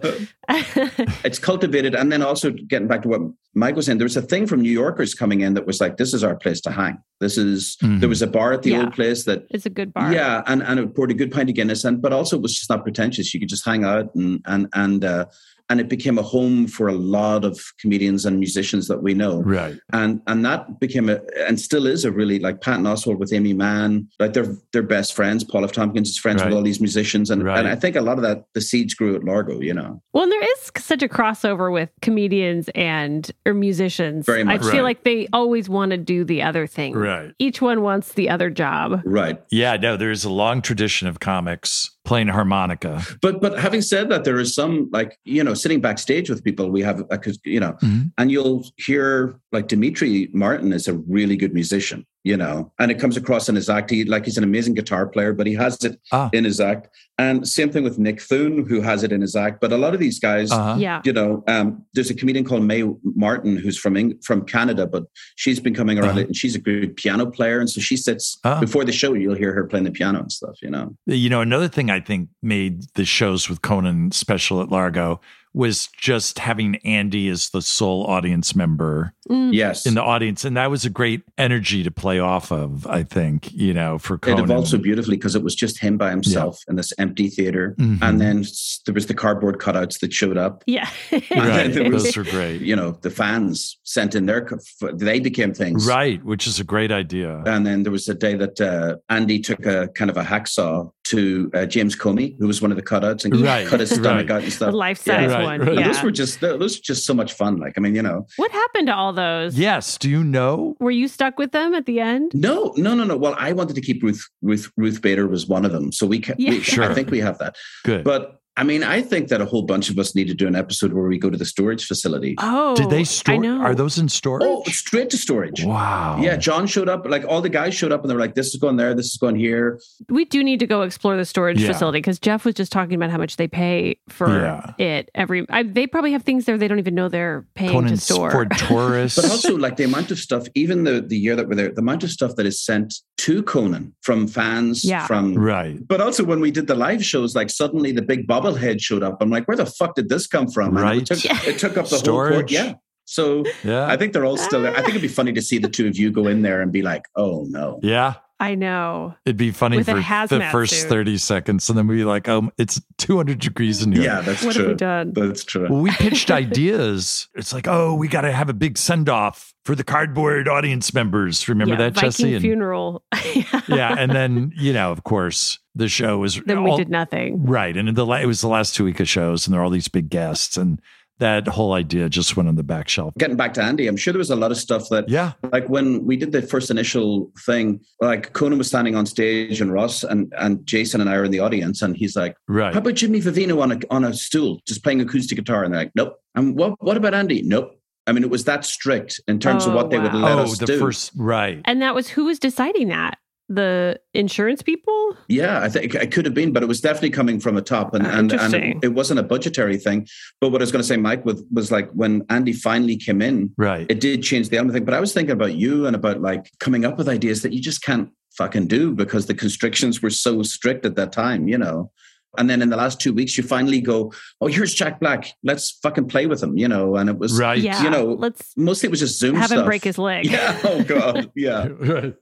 [LAUGHS] it's cultivated. And then also getting back to what Mike was saying, there was a thing from New Yorkers coming in that was like, this is our place to hang. This is, Mhm. there was a bar at the Yeah. old place that, it's a good bar. yeah, and, and it poured a good pint of Guinness. And, but also it was just not pretentious. You could just hang out and, and, and, uh, and it became a home for a lot of comedians and musicians that we know right. and and that became a and still is a really like Patton Oswald with Amy Mann, like they're they're best friends. Paul F. Tompkins is friends Right. with all these musicians, and Right. and I think a lot of that the seeds grew at Largo, you know. Well, and there is such a crossover with comedians and or musicians. Very I much. feel Right. like they always want to do the other thing. Right. Each one wants the other job. Right, Yeah, no, there is a long tradition of comics playing harmonica. but but having said that, there is some like you know sitting backstage with people. We have because you know, Mhm. and you'll hear like Dimitri Martin is a really good musician, you know, and it comes across in his act. He like he's an amazing guitar player, but he has it Ah. in his act. And same thing with Nick Thune, who has it in his act. But a lot of these guys, Uh-huh. Yeah. you know, um, there's a comedian called Mae Martin who's from Eng- from Canada, but she's been coming around Uh-huh. it, and she's a good piano player, and so she sits Ah. before the show. You'll hear her playing the piano and stuff, you know. You know, another thing I think made the shows with Conan special at Largo was just having Andy as the sole audience member Mm. Yes, in the audience. And that was a great energy to play off of, I think, you know, for it Conan. evolved so beautifully because it was just him by himself in this empty theater, Mhm. and then s- there was the cardboard cutouts that showed up. [LAUGHS] Yeah. Right. There was- Those are great. You know, the fans sent in their, co- f- they became things. Right. Which is a great idea. And then there was a day that uh, Andy took a kind of a hacksaw to uh, James Comey, who was one of the cutouts, and Right, cut his stomach right. out and the [LAUGHS] stuff. life size [LAUGHS] Yeah. Right, one. right. And Yeah. Those were just tho- those were just so much fun. Like I mean, you know, what happened to all those? yes. Do you know? Were you stuck with them at the end? no, no, no, no. Well, I wanted to keep Ruth. Ruth Ruth Bader was one of them, so we, ca- Yeah. we Sure. I think we have that. Good. But I mean, I think that a whole bunch of us need to do an episode where we go to the storage facility. Oh, Did they I store? know. Are those in storage? Oh, straight to storage. wow. Yeah, John showed up. Like all the guys showed up, and they're like, "This is going there. This is going here." we do need to go explore the storage Yeah. facility because Jeff was just talking about how much they pay for Yeah. it every. I, they probably have things there they don't even know they're paying to Conan's store. [LAUGHS] for tourists. But also, like the amount of stuff, even the the year that we're there, the amount of stuff that is sent to Conan from fans, Yeah. from right. But also when we did the live shows, like suddenly the big bobblehead showed up. I'm like, where the fuck did this come from? And Right. It took, it took up the whole Storage. court. Yeah. So Yeah. I think they're all still there. I think it'd be funny to see the two of you go in there and be like, oh no. yeah. I know. It'd be funny With a for the hazmat first suit. 30 seconds. And then we'd be like, um, it's 200 degrees in here. Yeah, that's What have we true. done? That's Well, true. we [LAUGHS] pitched ideas. It's like, oh, we got to have a big send off for the cardboard audience members. Remember Yeah, that, Viking Jesse? And- funeral. [LAUGHS] [LAUGHS] yeah. And then, you know, of course, the show was. Then we all- did nothing. Right. And in the la- it was the last two week of shows, and there were all these big guests. And that whole idea just went on the back shelf. Getting back to Andy, I'm sure there was a lot of stuff that Yeah. like when we did the first initial thing, like Conan was standing on stage and Ross and, and Jason and I are in the audience and he's like, Right. How about Jimmy Vivino on a on a stool, just playing acoustic guitar? And they're like, nope. And what what about Andy? Nope. I mean, it was that strict in terms Oh, of what they would wow. let oh, us the do. first. Right. And that was who was deciding that? The insurance people? Yeah, I think it could have been, but it was definitely coming from the top, and and, and Interesting. it, it wasn't a budgetary thing. But what I was going to say, Mike, was, was like when Andy finally came in, Right. it did change the element thing. But I was thinking about you and about like coming up with ideas that you just can't fucking do because the constrictions were so strict at that time, you know. And then in the last two weeks, you finally go, "Oh, here's Jack Black. Let's fucking play with him," you know. And it was right. yeah. you know, let's mostly it was just Zoom have stuff. him break his leg. Yeah. [LAUGHS] Oh god. Yeah. Right.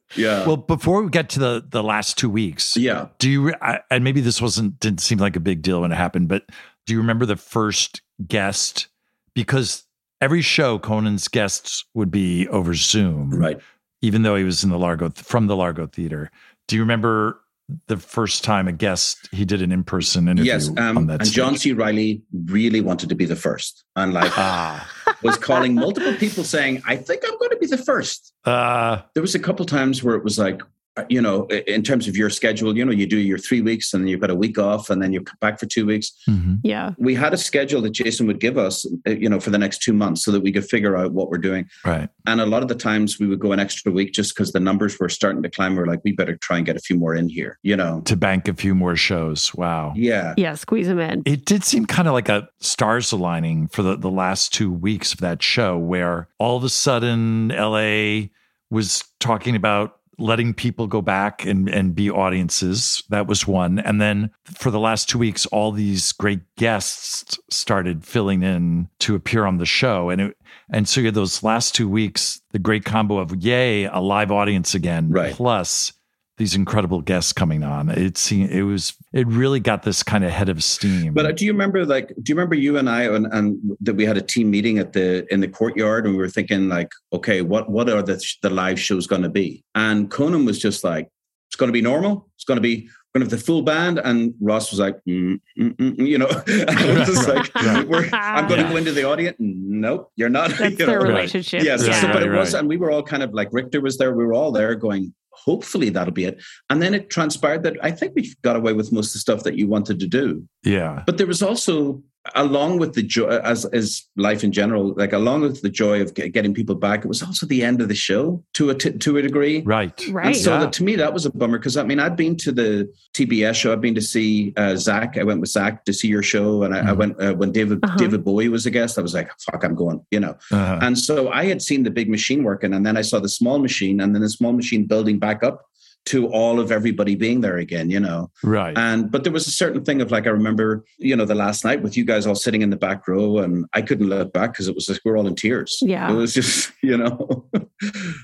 [LAUGHS] Yeah. Well, before we get to the, the last two weeks, yeah. Do you? I, and maybe this wasn't didn't seem like a big deal when it happened, but do you remember the first guest? Because every show, Conan's guests would be over Zoom, Right. Even though he was in the Largo from the Largo Theater. Do you remember the first time a guest he did an in person interview Yes. on Um, that and John stage? C. Riley really wanted to be the first, and like [LAUGHS] Ah, was calling multiple people saying, "I think I'm going to be the first. uh, There was a couple times where it was like. uh, You know, i- in terms of your schedule, you know, you do your three weeks and then you've got a week off and then you come back for two weeks. mhm. [LAUGHS] Yeah. We had a schedule that Jason would give us, uh, you know, for the next two months so that we could figure out what we're doing. right, And a lot of the times we would go an extra week just because the numbers were starting to climb. We are like, we better try and get a few more in here, you know? to bank a few more shows. Wow, Yeah. Yeah. Squeeze him [LAUGHS] in. It did seem kind of like a stars aligning for the, the last two weeks of that show, where all of a sudden LA was talking about letting people go back and, and be audiences. That was one. And then for the last two weeks, all these great guests started filling in to appear on the show. And it, and so you had those last two weeks, the great combo of yay, a live audience again, Right. plus these incredible guests coming on. It seemed it was it really got this kind of head of steam. But uh, do you remember, like, do you remember you and I and, and that we had a team meeting at the in the courtyard and we were thinking, like, okay, what what are the the live shows going to be? And Conan was just like, it's going to be normal. It's going to be we're going to have the full band. And Ross was like, mm, mm, mm, mm, you know, [LAUGHS] And I was just like, [LAUGHS] Yeah. we're, I'm going to Yeah. go into the audience. Nope, you're not. [LAUGHS] That's you their know? relationship. Yes, Yeah. so- but it Right, was, right. and we were all kind of like Richter was there. We were all there going, hopefully that'll be it. And then it transpired that I think we got away with most of the stuff that you wanted to do. yeah. But there was also, along with the joy, uh, as as life in general, like along with the joy of ge- getting people back, it was also the end of the show to a t- to a degree. Right. Right. And so Yeah. that, to me, that was a bummer because I mean, I'd been to the TBS show. I've been to see uh, Zach. I went with Zach to see your show, and I, I Mhm. went uh, when David Uh-huh. David Bowie was a guest. I was like, "Fuck, I'm going," you know. Uh-huh. And so I had seen the big machine working, and then I saw the small machine, and then the small machine building back up to all of everybody being there again, you know. right. And but there was a certain thing of like I remember, you know, the last night with you guys all sitting in the back row, and I couldn't look back because it was like we're all in tears. Yeah. it was just [LAUGHS] you know,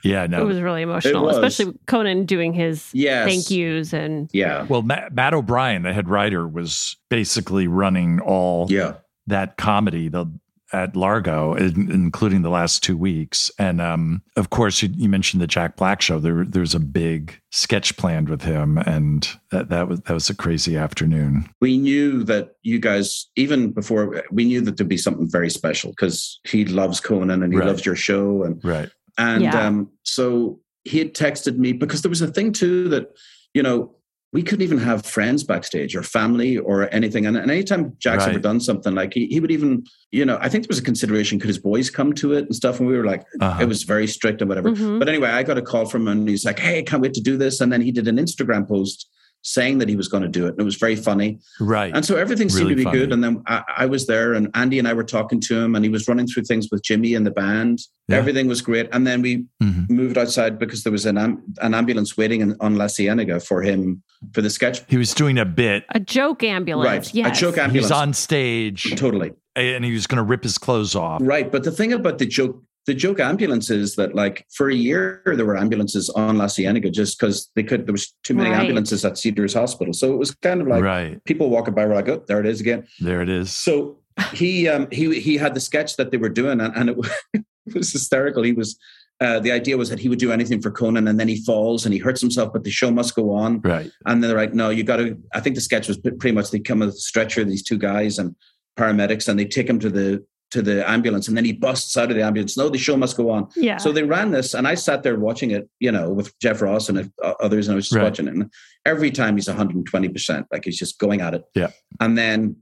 yeah. It No. was really emotional, was. especially Conan doing his yes, thank yous and Yeah, well, Ma- Matt O'Brien, the head writer, was basically running all yeah, that comedy the at Largo, in, including the last two weeks. And um, of course, you, you mentioned the Jack Black show. There, there's a big sketch planned with him, and that, that was that was a crazy afternoon. we knew that you guys even before we knew that there'd be something very special because he loves Conan and he Right. loves your show, and Right. And Yeah. um, so he had texted me because there was a thing too that, you know, we couldn't even have friends backstage or family or anything. And, and anytime Jack's Right. ever done something, like he, he would even, you know, I think there was a consideration could his boys come to it and stuff. And we were like, Uh-huh. it was very strict and whatever. Mhm. But anyway, I got a call from him and he's like, hey, can't wait to do this. And then he did an Instagram post saying that he was going to do it. And it was very funny. right. And so everything seemed Really to be funny. good. And then I, I was there, and Andy and I were talking to him, and he was running through things with Jimmy and the band. Yeah. Everything was great. And then we Mhm. moved outside because there was an am- an ambulance waiting in, on La Cienega for him for the sketch. He was doing a bit. A joke ambulance. right, Yes. a joke He was ambulance. on stage totally and he was going to rip his clothes off. right. But the thing about the joke. The joke ambulance is that, like, for a year there were ambulances on La Cienega just because they could. There was too many Right. ambulances at Cedars Hospital, so it was kind of like right. people walking by were like, "Oh, there it is again." There it is. So he um, he he had the sketch that they were doing, and, and it, [LAUGHS] was, it was hysterical. He was uh, the idea was that he would do anything for Conan, and then he falls and he hurts himself, but the show must go on. right. And then they're like, "No, you got to." I think the sketch was pretty much they come with a stretcher, these two guys and paramedics, and they take him to the to the ambulance, and then he busts out of the ambulance. No, the show must go on. Yeah. So they ran this, and I sat there watching it, you know, with Jeff Ross and uh, others, and I was just Right. watching it. And every time he's 120%, like he's just going at it. Yeah. And then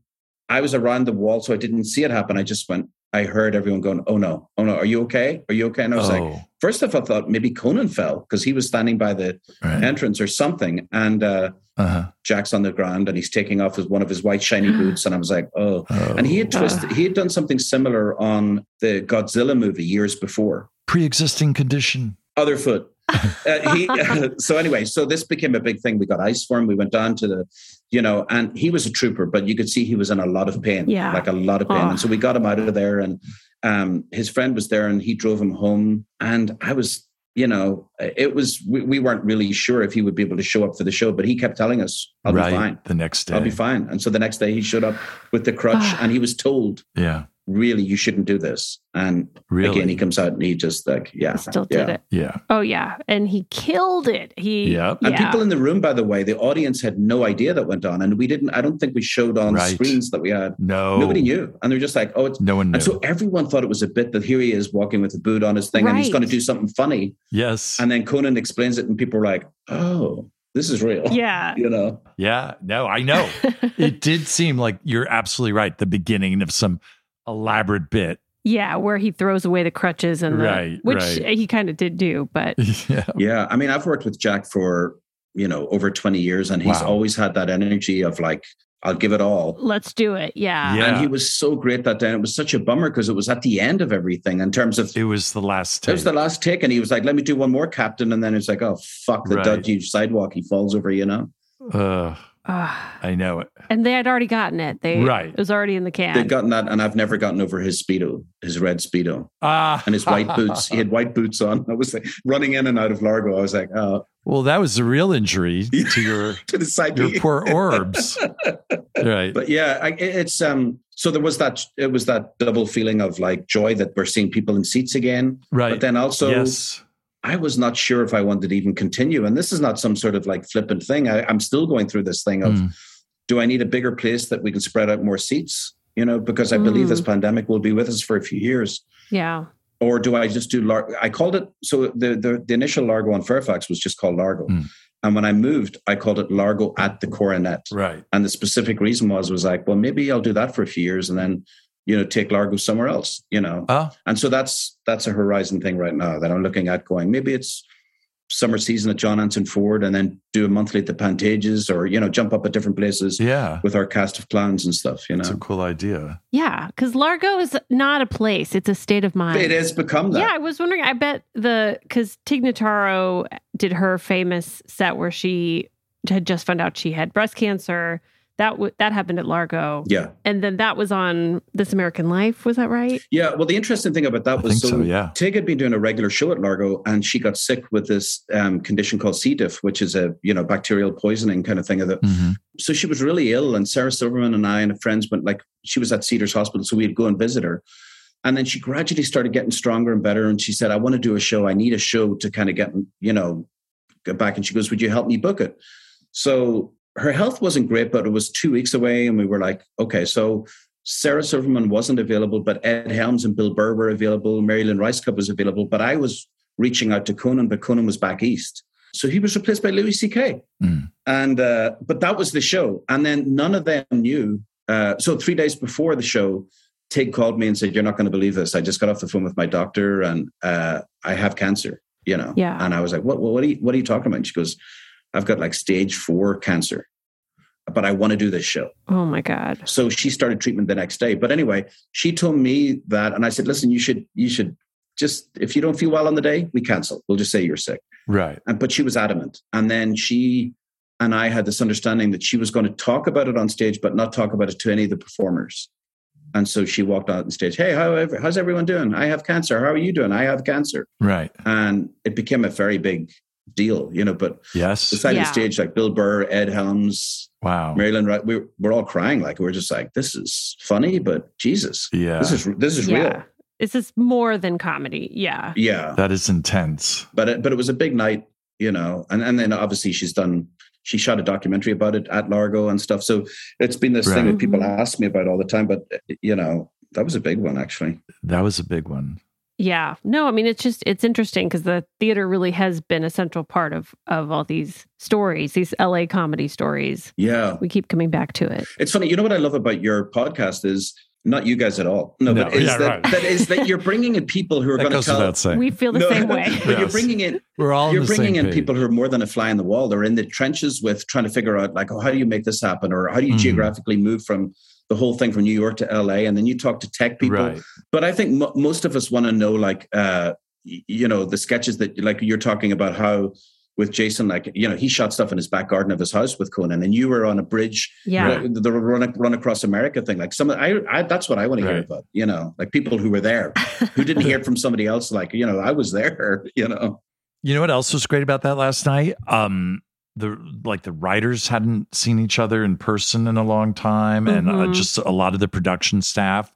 I was around the wall, so I didn't see it happen. I just went, I heard everyone going, Oh no, oh no, are you okay? Are you okay? And I was like, Oh, First off, I thought maybe Conan fell because he was standing by the right. entrance or something. And uh, Uh-huh. Jack's on the ground and he's taking off his, one of his white shiny boots. And I was like, Oh, Oh. and he had twisted, he had done something similar on the Godzilla movie years before pre-existing condition. other foot. Uh, he, [LAUGHS] so anyway, so this became a big thing. We got ice for him. We went down to the, you know, and he was a trooper, but you could see he was in a lot of pain, Yeah. like a lot of pain. Oh. And so we got him out of there, and um, his friend was there, and he drove him home. And I was, you know, it was we, we weren't really sure if he would be able to show up for the show, but he kept telling us, "I'll right. be fine, The next day. I'll be fine." And so the next day he showed up with [SIGHS] the crutch, and he was told, Yeah. "Really, you shouldn't do this." And Really. again, he comes out and he just like, yeah, I still yeah. did it. yeah. Oh yeah, and he killed it. He Yep. yeah. And people in the room, by the way, the audience had no idea that went on. And we didn't, I don't think we showed on Right. screens that we had. No. Nobody knew. And they're just like, oh, it's. No one knew. And so everyone thought it was a bit that here he is walking with a boot on his thing and he's Right. going to do something funny. yes. And then Conan explains it and people were like, oh, this is real. yeah. [LAUGHS] You know? yeah. No, I [LAUGHS] [LAUGHS] know. it did seem like you're absolutely right. The beginning of some elaborate bit. [LAUGHS] Yeah, where he throws away the crutches and the, Right, which right. he kind of did do, but yeah. Yeah. I mean, I've worked with Jack for, you know, over 20 years and he's Wow. always had that energy of like, I'll give it all. let's do it. Yeah. Yeah. And he was so great that day. And it was such a bummer because it was at the end of everything in terms of It was the last That take. was the last take, and he was like, "Let me do one more, Captain." And then it's like, "Oh fuck, the Right. dodgy sidewalk." He falls over, you know. Ugh, Ah. I know it. and they had already gotten it. They Right. It was already in the can. They've gotten that, and I've never gotten over his speedo, his red speedo, Ah. and his white boots. He had white boots on. I was like running in and out of Largo. I was like, "Oh, [LAUGHS] well, that was the real injury to your [LAUGHS] to the side." your poor [LAUGHS] orbs. right. But yeah, I, it- it's um. So there was that. It was that double feeling of like joy that we're seeing people in seats again, right. but then also yes. I was not sure if I wanted to even continue. And this is not some sort of like flippant thing. I, I'm still going through this thing of Mm. do I need a bigger place that we can spread out more seats? You know, because I believe this pandemic will be with us for a few years. yeah. Or do I just do Largo? I called it so the, the the initial Largo on Fairfax was just called Largo. Mm. And when I moved, I called it Largo at the Coronet. Right. And the specific reason was was like, well, maybe I'll do that for a few years and then, you know, take Largo somewhere else, you know. Oh, And so that's that's a horizon thing right now that I'm looking at going, maybe it's summer season at John Anson Ford and then do a monthly at the Pantages or, you know, jump up at different places yeah. with our cast of clowns and stuff, you know. It's a cool idea. Yeah, cuz Largo is not a place, it's a state of mind. it has become that. Yeah, I was wondering. I bet the because Tignataro did her famous set where she had just found out she had breast cancer. That w- that happened at Largo, Yeah. and then that was on This American Life. Was that right? Yeah. Well, the interesting thing about that I was think so. [LAUGHS] Yeah. Tig had been doing a regular show at Largo, and she got sick with this um, condition called C. diff, which is a you know bacterial poisoning kind of thing. Of the, Mhm. so she was really ill, and Sarah Silverman and I and friends went like she was at Cedars Hospital, so we'd go and visit her. And then she gradually started getting stronger and better. And she said, "I want to do a show. I need a show to kind of get you know get back." And she goes, "Would you help me book it?" So her health wasn't great, but it was two weeks away, and we were like, "Okay, so." Sarah Silverman wasn't available, but Ed Helms and Bill Burr were available. Marilyn Rice Cup was available, but I was reaching out to Conan, but Conan was back east. So he was replaced by Louis C.K. Mm. And uh, but that was the show. And then none of them knew. Uh, so three days before the show, Tig called me and said, "You're not going to believe this. I just got off the phone with my doctor, and uh, I have cancer." You know. Yeah. And I was like, "What? What are you? What are you talking about?" And she goes, "I've got like stage four cancer, but I want to do this show." Oh my God. So she started treatment the next day. But anyway, she told me that, and I said, "Listen, you should you should just if you don't feel well on the day, we cancel. We'll just say you're sick." Right. And, but she was adamant. And then she and I had this understanding that she was going to talk about it on stage, but not talk about it to any of the performers. And so she walked out on stage. Hey, how, ev- how's everyone doing? I have cancer. How are you doing? I have cancer. Right. And it became a very big deal, you know. But Yes. beside Yeah. the stage, like Bill Burr, Ed Helms, Wow. Marilyn, Wright, we we're all crying. Like we we're just like, this is funny, but Jesus, Yeah. this is this is yeah. real. This is more than comedy. Yeah. Yeah. that is intense. but it, but it was a big night, you know. And and then obviously she's done. She shot a documentary about it at Largo and stuff. So it's been this thing Right. that people Mhm. ask me about all the time. But you know, that was a big one actually. That was a big one. Yeah. No, I mean it's just it's interesting because the theater really has been a central part of of all these stories, these LA comedy stories. Yeah, We keep coming back to it. it's funny. You know what I love about your podcast is not you guys at all. No, No, but is yeah, that, right. that is that you're bringing in people who are That going to goes tell. without saying. We feel the No, [LAUGHS] same way. but you're Yes. bringing in We're all on you're the same bringing in page. people who are more than a fly on the wall. They're in the trenches with trying to figure out like, oh, how do you make this happen, or how do you Mhm. geographically move from the whole thing from New York to LA, and then you talk to tech people. Right. But I think mo most of us want to know like, uh, y- you know, the sketches that like you're talking about how with Jason, like you know, he shot stuff in his back garden of his house with Conan, and you were on a bridge. Yeah. you know, the run, run across America thing. Like some, I, I that's what I want to hear Right. about. You know, like people who were there, [LAUGHS] who didn't hear it from somebody else. Like you know, I was there. [LAUGHS] You know. You know what else was great about that last night? Um, the like the writers hadn't seen each other in person in a long time, and uh, Mhm. just a lot of the production staff.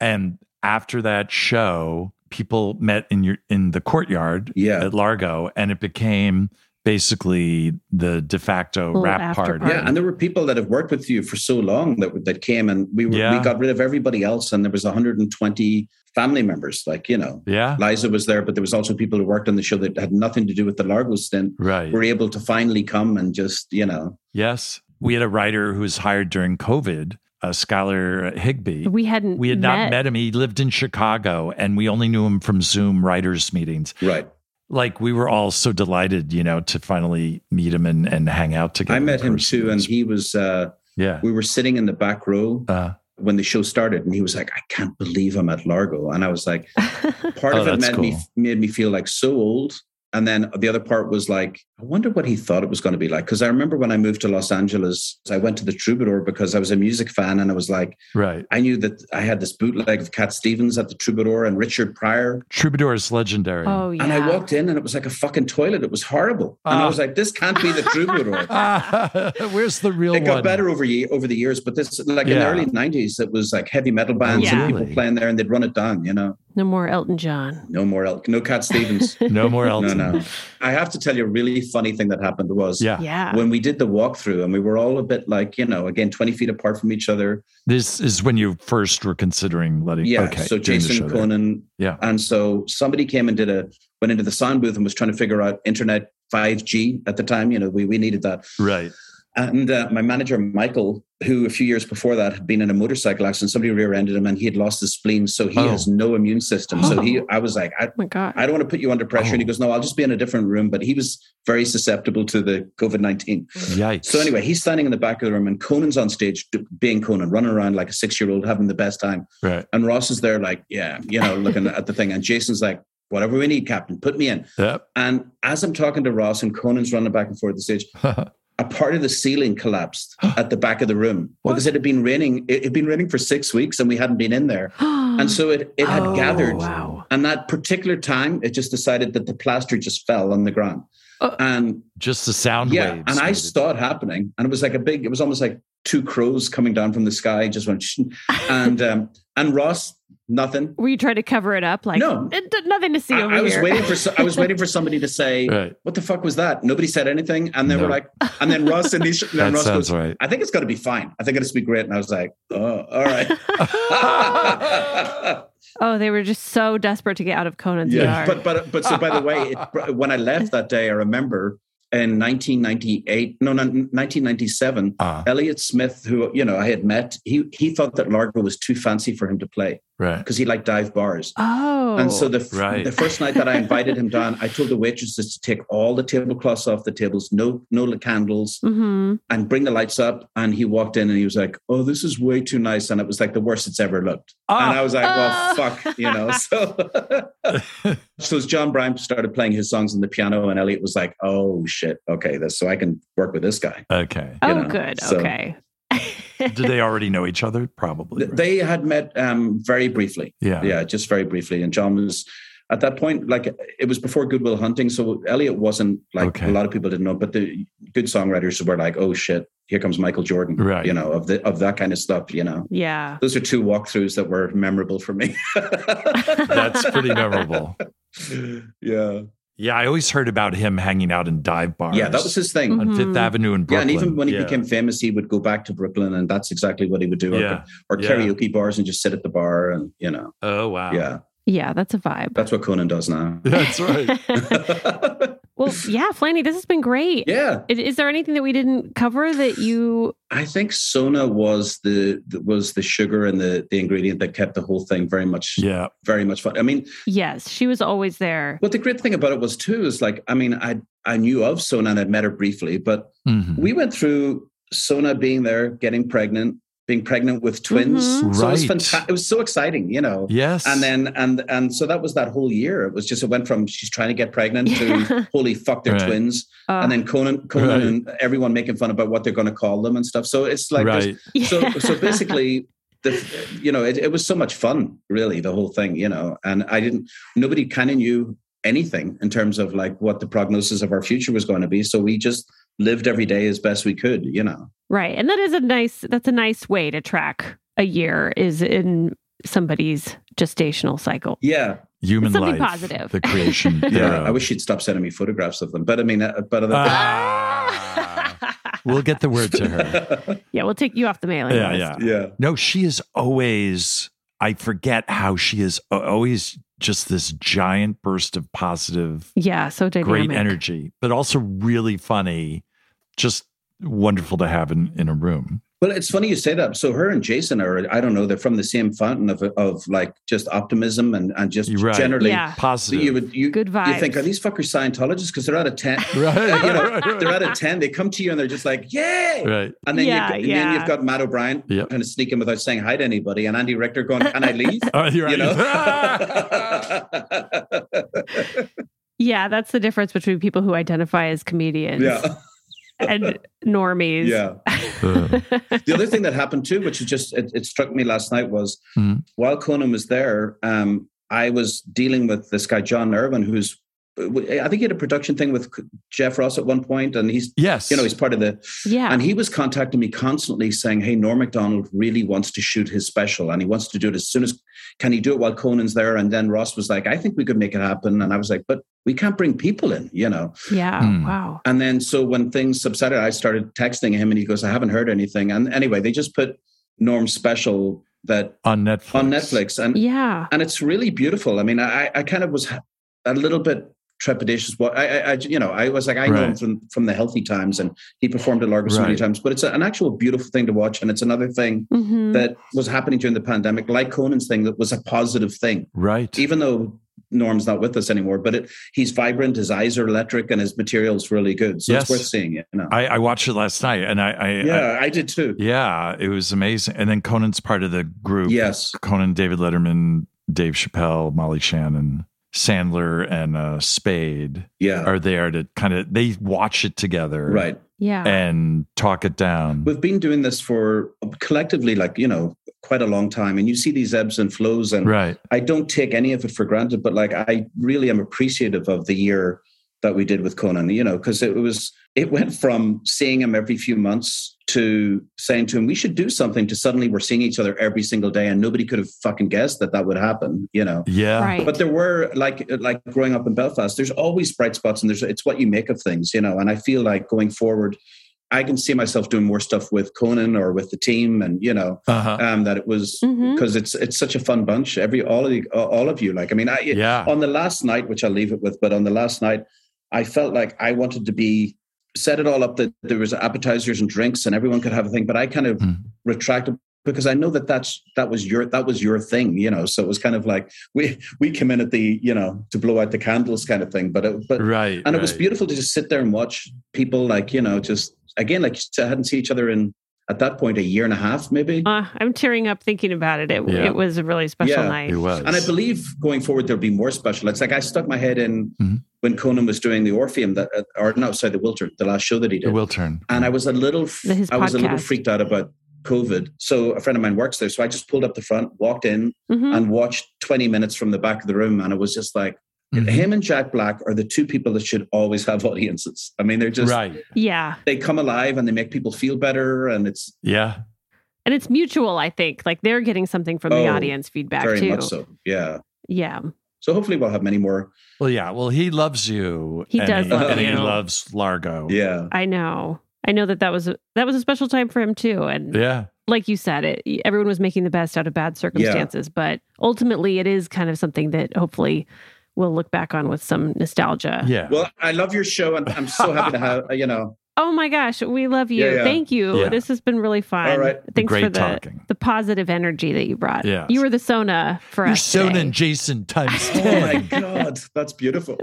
And after that show, people met in your in the courtyard Yeah. at Largo, and it became basically the de facto Little rap after party. party. Yeah, and there were people that have worked with you for so long that that came, and we were, Yeah. we got rid of everybody else, and there was 120 family members. Like you know, yeah, Liza was there, but there was also people who worked on the show that had nothing to do with the Largo stint. right. Were able to finally come and just you know, Yes, we had a writer who was hired during COVID, uh, Scholar Higby. we hadn't We had met. not met him. He lived in Chicago, and we only knew him from Zoom writers' meetings. right. like we were all so delighted, you know, to finally meet him and, and hang out together. I met in him person. too, and he was. uh yeah, We were sitting in the back row uh, when the show started, and he was like, "I can't believe I'm at Largo," and I was like, part Oh, of it that's made me cool. made me feel like so old and then the other part was like i wonder what he thought it was going to be like because i remember when i moved to los angeles i went to the troubadour because i was a music fan and i was like right. i knew that i had this bootleg of cat stevens at the troubadour and richard pryor Troubadour is legendary. [LAUGHS] oh yeah. and i walked in and it was like a fucking toilet it was horrible and i Ah. was like this can't be the troubadour Ah, [LAUGHS] where's the real it got one? better over ye- over the years, but this like in the Yeah. early '90s, it was like heavy metal bands Yeah. and people Really? playing there, and they'd run it down. You know, No more Elton John. no more elk, no Cat [LAUGHS] Stevens. No more [LAUGHS] No, Elton. no. I have to tell you, a really funny thing that happened was Yeah. Yeah. when we did the walkthrough and we were all a bit like, you know, again, 20 feet apart from each other. this is when you first were considering letting. Yeah. okay, so doing the show Jason there. Conan. Yeah. And so somebody came and did a, went into the sound booth and was trying to figure out internet 5G at the time. You know, we, we needed that. right? And uh, my manager, Michael, who a few years before that had been in a motorcycle accident, somebody rear ended him and he had lost his spleen. So he Oh. has no immune system. So he, I was like, I, oh my God. [GASPS] I don't want to put you under pressure. And he Oh. goes, No, I'll just be in a different room. But he was very susceptible to the COVID 19. Yikes. So anyway, he's standing in the back of the room, and Conan's on stage, d- being Conan, running around like a six-year-old, having the best time. right? And Ross is there, like, yeah, you know, looking at the thing. And Jason's like, whatever we need, Captain, put me in. Yep. [LAUGHS] And as I'm talking to Ross, and Conan's running back and forth the stage, a part of the ceiling collapsed at the back of the room because it had been raining. It had been raining for six weeks, and we hadn't been in there. And so it it had Oh, gathered. Wow. And that particular time, it just decided that the plaster just fell on the ground. Oh. and Just the sound yeah, waves. and I made it. saw it happening, and it was like a big. It was almost like two crows coming down from the sky. Just went, [LAUGHS] shh. and um, and Ross, nothing. Were you trying to cover it up? Like No. it, d- nothing to see I, over I was here. waiting for. so- I was [LAUGHS] waiting for somebody to say, Right. "What the fuck was that?" Nobody said anything, and they were No. like, and [LAUGHS] then Ross and, [LAUGHS] these, and then That Ross sounds goes, [LAUGHS] right. "I think it's going to be fine. I think it's going to be great." And I was like, "Oh, all [LAUGHS] right." [LAUGHS] oh, they were just so desperate to get out of Conan's yard. But but but so by the way, it, when I left that day, I remember in 1998, no, no 1997, Ah, Elliot Smith, who you know I had met, he he thought that Largo was too fancy for him to play right. because he liked dive bars. Oh. And so the f- right. the first night that I invited him down, I told the waitresses to take all the tablecloths off the tables, no no candles, hmm and bring the lights up. And he walked in and he was like, "Oh, this is way too nice," and it was like the worst it's ever looked. And I was like, Oh. "Well, fuck," [LAUGHS] you know. So, so [LAUGHS] as John Bryan started playing his songs on the piano, and Elliot was like, "Oh shit, okay, that's so I can work with this guy." Okay. Oh, know, good. so- okay. Did they already know each other? Probably. Th- right? They had met um, very briefly. yeah. yeah just very briefly and john was at that point like it was before goodwill hunting so elliot wasn't like Okay. a lot of people didn't know but the good songwriters were like oh shit here comes michael jordan Right. you know of the of that kind of stuff you know [LAUGHS] Yeah. those are two walkthroughs that were memorable for me [LAUGHS] That's [LAUGHS] pretty memorable. yeah Yeah, I always heard about him hanging out in dive bars. yeah that was his thing on Fifth Mhm. Avenue in yeah Brooklyn. and even when he Yeah. became famous he would go back to brooklyn and that's exactly what he would do or, Yeah. or Yeah. karaoke bars and just sit at the bar and you know Oh wow. yeah Yeah, that's a vibe. that's what conan does now [LAUGHS] [LAUGHS] That's right. [LAUGHS] well, yeah, Flanny, this has been great. yeah Is, is there anything that we didn't cover that you? I think Sona was the was the sugar and the the ingredient that kept the whole thing very much Yeah. very much fun. I mean, Yes, she was always there. what the great thing about it was too is like I mean I I knew of Sona and I met her briefly, but Mhm. we went through Sona being there, getting pregnant, being pregnant with twins. Mhm. So it was Right. fantastic. It was so exciting, you know. Yes. And then and and so that was that whole year. It was just it went from she's trying to get pregnant Yeah. to [LAUGHS] holy fuck they're Right. twins, Uh, and [LAUGHS] then Conan Conan Right. and everyone making fun about what they're going to call them and stuff. So it's like there's right. yeah. so [LAUGHS] so basically the you know it, it was so much fun really the whole thing you know and i didn't nobody kind of knew anything in terms of like what the prognosis of our future was going to be so we just lived every day as best we could you know right, and that is a nice. That's a nice way to track a year is in somebody's gestational cycle. yeah Human It's something life. positive. The [LAUGHS] creation. Yeah, yeah thereof. i wish you'd stop sending me photographs of them but i mean uh, but other than [LAUGHS] Ah. we'll get the word to [LAUGHS] her. yeah, we'll take you off the mailing Yeah, list. yeah. yeah No, she is always, I forget how she is a- always just this giant burst of positive, Yeah, so dynamic. great energy, but also really funny, just wonderful to have in, in a room. well it's funny you say that so her and jason are i don't know they're from the same fountain of of like just optimism and and just You're right. generally Yeah. Positive. you would you Good you think vibes. are these fuckers scientologists because they're out of tent [LAUGHS] right, [LAUGHS] you know, right, right, they're out of 10 they come to you and they're just like yay right. and then, Yeah, you've, and yeah. then you've got matt o'brien Yep. kind of sneaking without saying hi to anybody and andy richter going can i leave Oh, you're right. [LAUGHS] you know [LAUGHS] Yeah, that's the difference between people who identify as comedians yeah and normies. yeah Uh, the other thing that happened too which is just it, it struck me last night was Mhm. while conan was there um, i was dealing with this guy john irvin who's i think he had a production thing with jeff ross at one point and he's yes. you know he's part of the [LAUGHS] yeah. And he was contacting me constantly saying, Hey, Norm MacDonald really wants to shoot his special and he wants to do it as soon as can he do it while Conan's there? And then Ross was like, I think we could make it happen. And I was like, But we can't bring people in, you know. yeah. Hmm. Wow. And then so when things subsided, I started texting him and he goes, I haven't heard anything. And anyway, they just put Norm's special that on Netflix. on Netflix. And Yeah. and it's really beautiful. I mean, I I kind of was a little bit trepidatious. What I, I, I you know, I was like, I know him Right. from from the healthy times, and he performed at Largo so many Right. times. But it's a, an actual beautiful thing to watch, and it's another thing Mhm. that was happening during the pandemic, like Conan's thing, that was a positive thing, Right. even though. Norm's not with us anymore, but it, he's vibrant. His eyes are electric, and his material's really good. So Yes. it's worth seeing it. You know? I, I watched it last night and I, I, I yeah, I, did too. yeah, it was amazing. And then Conan's part of the group. Yes, Conan, David Letterman, Dave Chappelle, Molly Shannon, Sandler, and uh, Spade yeah, are there to kind of they watch it together, right. yeah. and talk it down. We've been doing this for collectively, like you know, quite a long time, and you see these ebbs and flows, and right, I don't take any of it for granted, but like I really am appreciative of the year that we did with Conan, you know, because it was it went from seeing him every few months to saying to him, we should do something to suddenly we're seeing each other every single day and nobody could have fucking guessed that that would happen, you know. yeah, right. But there were like like growing up in Belfast, there's always bright spots and there's it's what you make of things, you know. And I feel like going forward, I can see myself doing more stuff with Conan or with the team and you know, Uh-huh. um, that it was Mhm. because it's it's such a fun bunch. Every all of you, all of you. Like I mean, I yeah, on the last night, which I'll leave it with, but on the last night, I felt like I wanted to be set it all up that there was appetizers and drinks and everyone could have a thing but i kind of Mm. retracted because i know that that's that was your that was your thing you know so it was kind of like we we came in at the you know to blow out the candles kind of thing but it, but Right. and it was right. beautiful to just sit there and watch people like you know just again like you said, hadn't seen each other in at that point a year and a half maybe Uh, I'm tearing up thinking about it. It, Yeah. it was a really special Yeah. night. It was. And I believe going forward there'll be more special. It's like I stuck my head in Mhm. when Conan was doing the Orpheum that, uh, or no, sorry, the Wilter, the last show that he it did. will turn. and I was a little, The- his I was a little podcast. freaked out about COVID. So a friend of mine works there, so I just pulled up the front, walked in, Mhm. and watched twenty minutes from the back of the room, and it was just like Mhm. him and Jack Black are the two people that should always have [LAUGHS] audiences. I mean, they're just right. Yeah. they come alive and they make people feel better, and it's Yeah. And it's mutual, I think. Like they're getting something from the Oh, audience feedback very too. much so. Yeah. Yeah. So hopefully we'll have many more. Well, yeah. Well, he loves you. He and does He, love and he you. loves Largo. Yeah. I know. I know that that was a, that was a special time for him too. And Yeah. like you said, it everyone was making the best out of bad circumstances, but ultimately it is kind of something that hopefully we'll look back on with some nostalgia. Yeah. Well, I love your show, and I'm so happy to have you know. Oh my gosh, we love you. Yeah, yeah. Thank you. Yeah. This has been really fun. All right. Thanks Great for the talking. the positive energy that you brought. Yes. You were the Sona for You're us. Sona today. and Jason times Oh my [LAUGHS] 10. God, that's beautiful.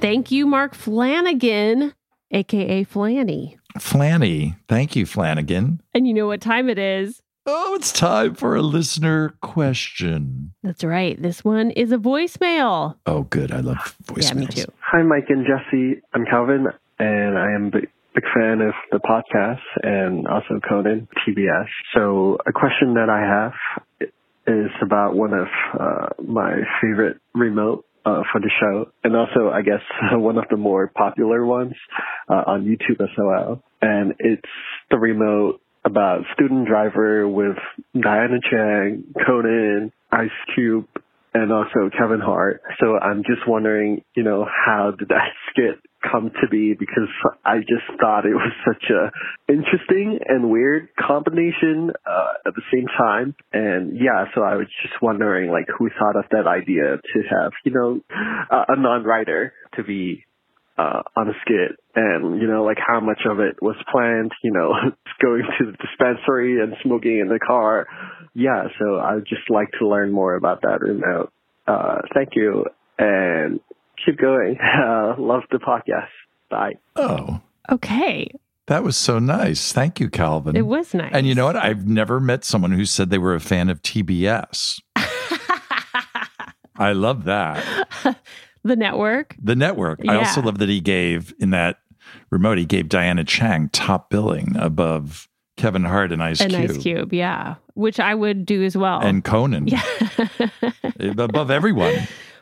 Thank you, Mark Flanagan, aka Flanny. Flanny. Thank you, Flanagan. And you know what time it is? Oh, it's time for a listener question. That's right. This one is a voicemail. Oh, good. I love voicemails. Ah, Yeah, me too. Hi, Mike and Jesse. I'm Calvin, and I am a big, big fan of the podcast and also Conan TBS. So, a question that I have is about one of uh, my favorite remote uh, for the show, and also, I guess, [LAUGHS] one of the more popular ones uh, on YouTube as well. And it's the remote about student driver with Diana Chang, Conan, Ice Cube, and also Kevin Hart. So I'm just wondering, you know, how did that [LAUGHS] skit come to be? Because I just thought it was such a interesting and weird combination uh, at the same time. And yeah, so I was just wondering, like, who thought of that idea to have, you know, a, a non-writer to be uh, on a skit and, you know, like how much of it was planned, you know, [LAUGHS] going to the dispensary and smoking in the car. Yeah, so I would just like to learn more about that remote. Uh, thank you and keep going. [LAUGHS] Uh, love the podcast. Bye. Oh, Okay. that was so nice. Thank you, Calvin. It was nice. And you know what? I've never met someone who said they were a fan of TBS. I love that. [LAUGHS] the network. The network. I also Yeah. love that he gave in that remote, he gave Diana Chang top billing above Kevin Hart and Ice and Cube. Ice Cube, yeah. Which I would do as well. And Conan [LAUGHS] yeah. above [LAUGHS] everyone.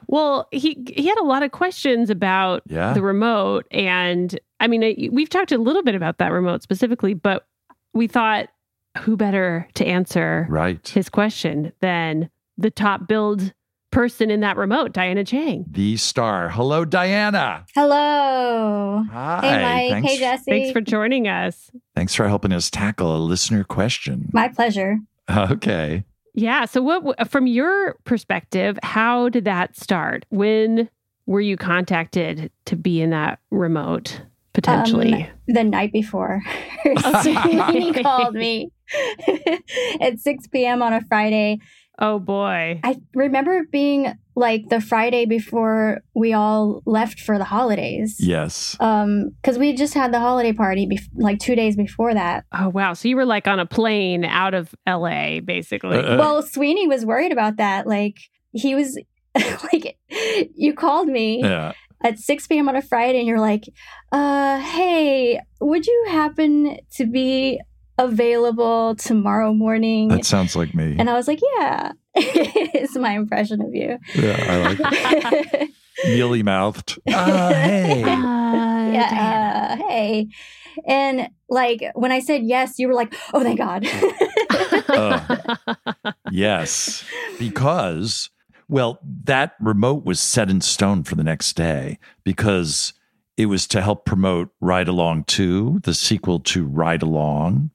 well, he he had a lot of questions about Yeah. the remote, and I mean, I- we've talked a little bit about that remote specifically, but we thought who better to answer Right. his question than the top build person in that remote, Diana Chang. The star. Hello, Diana. Hello. Hi. hey, Mike. Thanks, Hey, Jesse. Thanks for joining us. thanks for helping us tackle a listener question. [LAUGHS] My pleasure. Okay. Yeah. So, what from your perspective, how did that start? When were you contacted to be in that remote Um, [LAUGHS] potentially? The night before, he called me [LAUGHS] at 6 p.m. on a Friday. oh boy. I remember it being like the Friday before we all left for the holidays. Yes. Um, because we just had the holiday party bef- like two days before that. Oh wow. So you were like on a plane out of LA, basically. Uh, [LAUGHS] well, [LAUGHS] Sweeney was worried about that. Like he was [LAUGHS] like, you called me. Yeah. at 6 p.m. on a Friday and you're like, uh, hey, would you happen to be available tomorrow morning? That sounds like me. and I was like, yeah, [LAUGHS] it's my impression of you. Yeah, I [LAUGHS] like mealy mouthed. Ah, hey. Diana. yeah, uh, hey. And like when I said yes, you were like, oh, thank God. [LAUGHS] Oh, Yes. Because, well, that remote was set in stone for the next day because it was to help promote Ride Along 2, the sequel to Ride Along.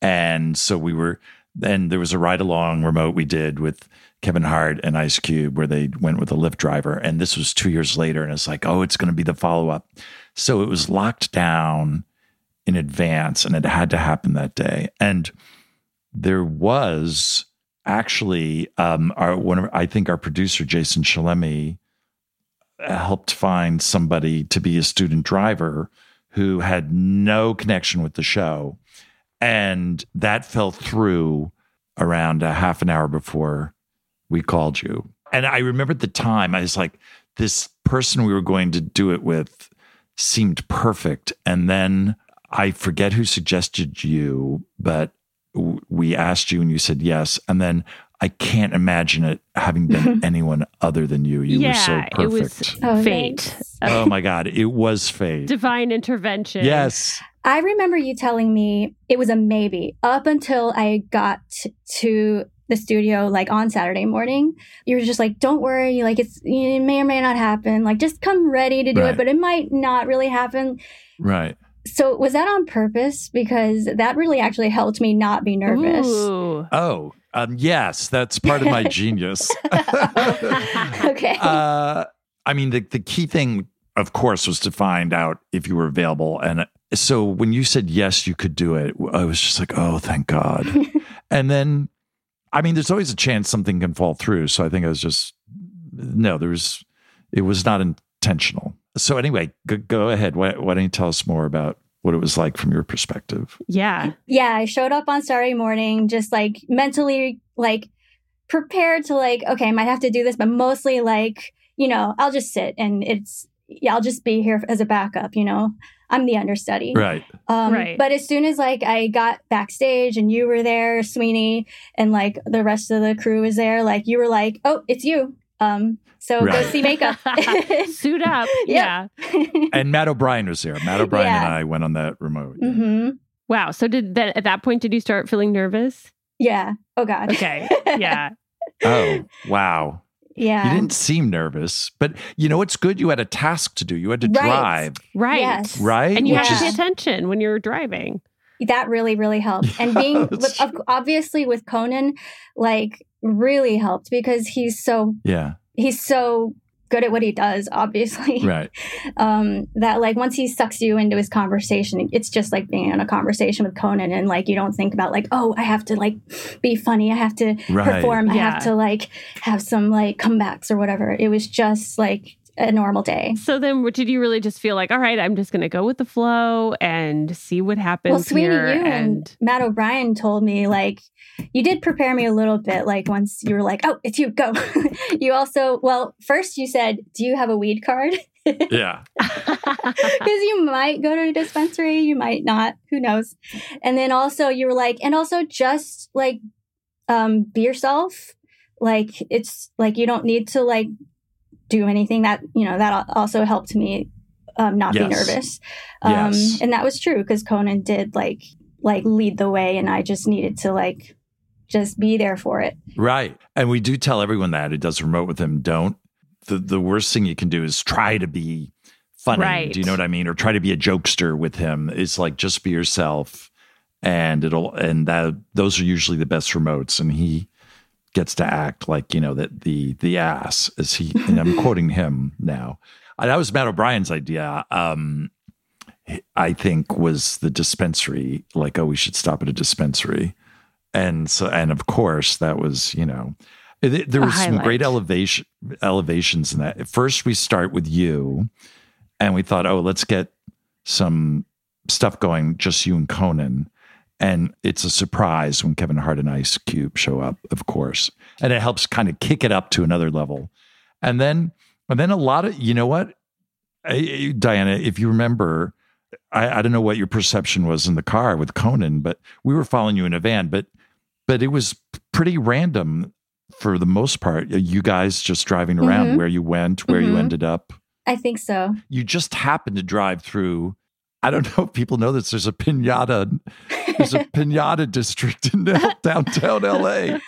And so we were, And there was a ride along remote we did with Kevin Hart and Ice Cube where they went with a Lyft driver. And this was two years later. And it's like, oh, it's going to be the follow up. So it was locked down in advance and it had to happen that day. And there was actually um, our one of I think our producer Jason Shalemi helped find somebody to be a student driver who had no connection with the show, and that fell through around a half an hour before we called you. And I remember at the time I was like, this person we were going to do it with seemed perfect, and then. I forget who suggested you, but we asked you and you said yes and then i can't imagine it having [LAUGHS] been anyone other than you you yeah, were so perfect it was fate oh my god it was fate divine intervention yes I remember you telling me it was a maybe up until I got t- to the studio like on Saturday morning. You were just like, "Don't worry, like it's it may or may not happen. Like just come ready to do Right. it, but it might not really happen." right So was that on purpose? Because that really actually helped me not be nervous. oh um, yes that's part [LAUGHS] of my genius okay. uh, I mean, the, the key thing, of course, was to find out if you were available. And uh, so when you said yes, you could do it, I was just like, oh, [LAUGHS] thank God. and then, I mean, there's always a chance something can fall through. So I think I was just, no, there was, it was not intentional. So anyway, go, go ahead. Why, why don't you tell us more about what it was like from your perspective? Yeah. yeah i showed up on saturday morning just like mentally like prepared to like okay i might have to do this but mostly like you know i'll just sit and it's yeah i'll just be here as a backup you know i'm the understudy Right. um, Right. But as soon as like I got backstage and you were there, Sweeney, and like the rest of the crew was there, like you were like, "Oh, it's you." Um, so go Right. see makeup. [LAUGHS] Suit up. Yeah. Yeah. And Matt O'Brien was there. Matt O'Brien Yeah. and I went on that remote. hmm Wow. So did that at that point did you start feeling nervous? Yeah. Oh God. [LAUGHS] Okay. Yeah. Oh, wow. yeah. You didn't seem nervous, but you know what's good? You had a task to do. You had to Right. drive, Right. Yes. right? And you Which have to pay is attention when you're driving. that really really [LAUGHS] helped and being with, That's of, obviously with conan like really helped because he's so [LAUGHS] yeah, he's so good at what he does uh, obviously right, um that like once he sucks you into his conversation it's just like being in a conversation with conan and like you don't think about like oh i have to like be funny i have to Right. perform i Yeah. have to like have some like comebacks or whatever it was just like a normal day So then what- did you really just feel like, all right, I'm just gonna go with the flow and see what happens? Well, Sweeney, here you and Matt O'Brien told me like you did prepare me a little bit. Like once you were like, "Oh, it's you, go." you also, well, first you said, "Do you have a weed card?" yeah, Because you might go to a dispensary, you might not. Who knows? And then also you were like, and also just like um, be yourself. Like it's like you don't need to like do anything. That you know that al- also helped me um, [LAUGHS] not be Yes. nervous. Um, Yes. And that was true because Conan did like like lead the way, and I just needed to like just be there for it. right. And we do tell everyone that who does remote with him. Don't the the worst thing you can do is try to be funny. Right. Do you know what I mean? Or try to be a jokester with him. It's like just be yourself, and it'll and that those are usually the best remotes. And he gets to act like you know that the the ass as he and I'm quoting him now. Uh, That was Matt O'Brien's idea. Um, I think was the dispensary. Like, oh, we should stop at a dispensary, and so and of course that was you know eh, th- there A were some highlight. great elevation elevations in that. At first, we start with you, and we thought, oh, let's get some stuff going, just you and Conan. And it's a surprise when Kevin Hart and Ice Cube show up, of course. And it helps kind of kick it up to another level. And then, and then a lot of, you know what, I- I- Diana, if you remember, I, I don't know what your perception was in the car with Conan, but we were following you in a van, but, but it was pretty random for the most part. You guys just driving around Mhm. where you went, where you Mhm. ended up I think so. you just happen to drive through. I don't [LAUGHS] know if people know this. There's a pinata. There's a pinata district in down- downtown LA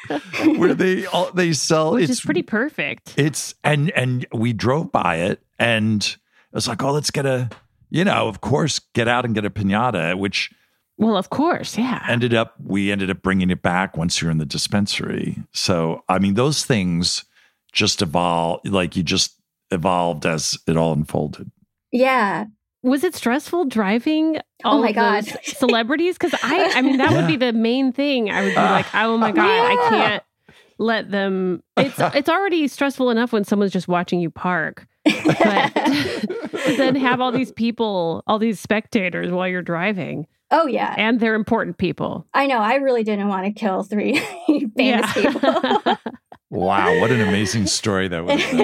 where they all they sell. [LAUGHS] Which it's is pretty perfect. It's and and we drove by it and it's like, oh, let's get a you know, of course, get out and get a pinata, which Well, of course, yeah. Ended up, we ended up bringing it back once you're in the dispensary. So, I mean, those things just evolve, like you just evolved as it all unfolded. Yeah. Was it stressful driving all Oh my of God. [LAUGHS] those celebrities? Because I, I mean, that would be the main thing. I would be like, oh my god, I Yeah. can't [LAUGHS] let them. It's it's already stressful enough when someone's just watching you park, [LAUGHS] but [LAUGHS] then have all these people, all these spectators while you're driving, Oh yeah. and they're important people. I know. I really didn't want to kill three [LAUGHS] famous Yeah. people. Wow, what an amazing story that would [LAUGHS] have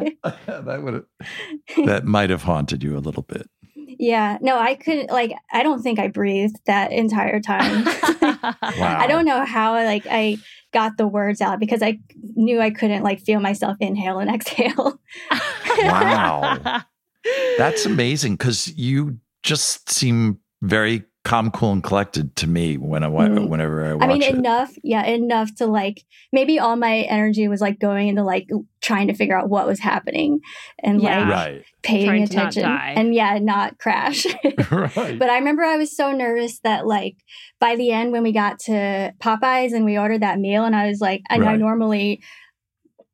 been. [LAUGHS] Yeah. [LAUGHS] that would have, that might have haunted you a little bit. yeah. No, I couldn't. Like, I don't think I breathed that entire time. Wow. I don't know how. Like, I got the words out because I knew I couldn't like feel myself inhale and [LAUGHS] exhale. Wow. [LAUGHS] That's amazing because you just seem very calm, cool, and collected to me when I wa- Mhm. whenever I watch I mean, it. enough. Yeah, enough to like maybe all my energy was like going into like trying to figure out what was happening and like Yeah. [LAUGHS] Right, [LAUGHS] paying Trying to not attention die. [LAUGHS] and yeah, not crash. [LAUGHS] right. But I remember I was so nervous that like by the end when we got to Popeyes and we ordered that meal and I was like, and I Right. normally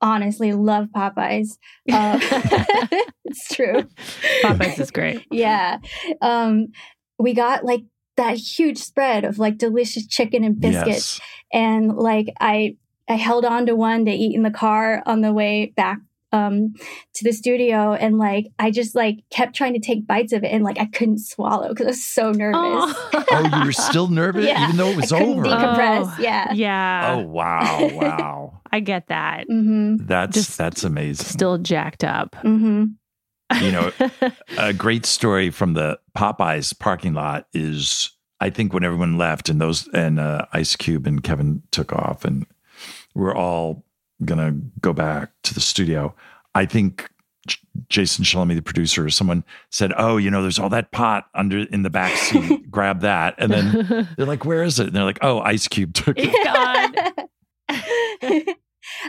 honestly love Popeyes. uh, [LAUGHS] Um, it's true. Popeyes is [LAUGHS] great. Yeah. Um, we got like that huge spread of like delicious chicken and biscuits Yes. and like I I held on to one to eat in the car on the way back um to the studio and like I just like kept trying to take bites of it and like I couldn't swallow because I was so nervous. Oh. Oh, you [LAUGHS] were [LAUGHS] still nervous Yeah. even though it was I couldn't over. decompress. Oh. Yeah. Oh yeah, wow, [LAUGHS] wow. I get that. Mm-hmm. That's Just that's amazing. Still jacked up. Mm-hmm. you know, a great story from the Popeyes parking lot is I think when everyone left and those and uh, Ice Cube and Kevin took off and we're all gonna go back to the studio. I think J- Jason Shalemi, the producer, or someone said, "Oh, you know, there's all that pot under in the back [LAUGHS] seat. Grab that." And then they're like, "Where is it?" And they're like, "Oh, Ice Cube took [LAUGHS] it." God.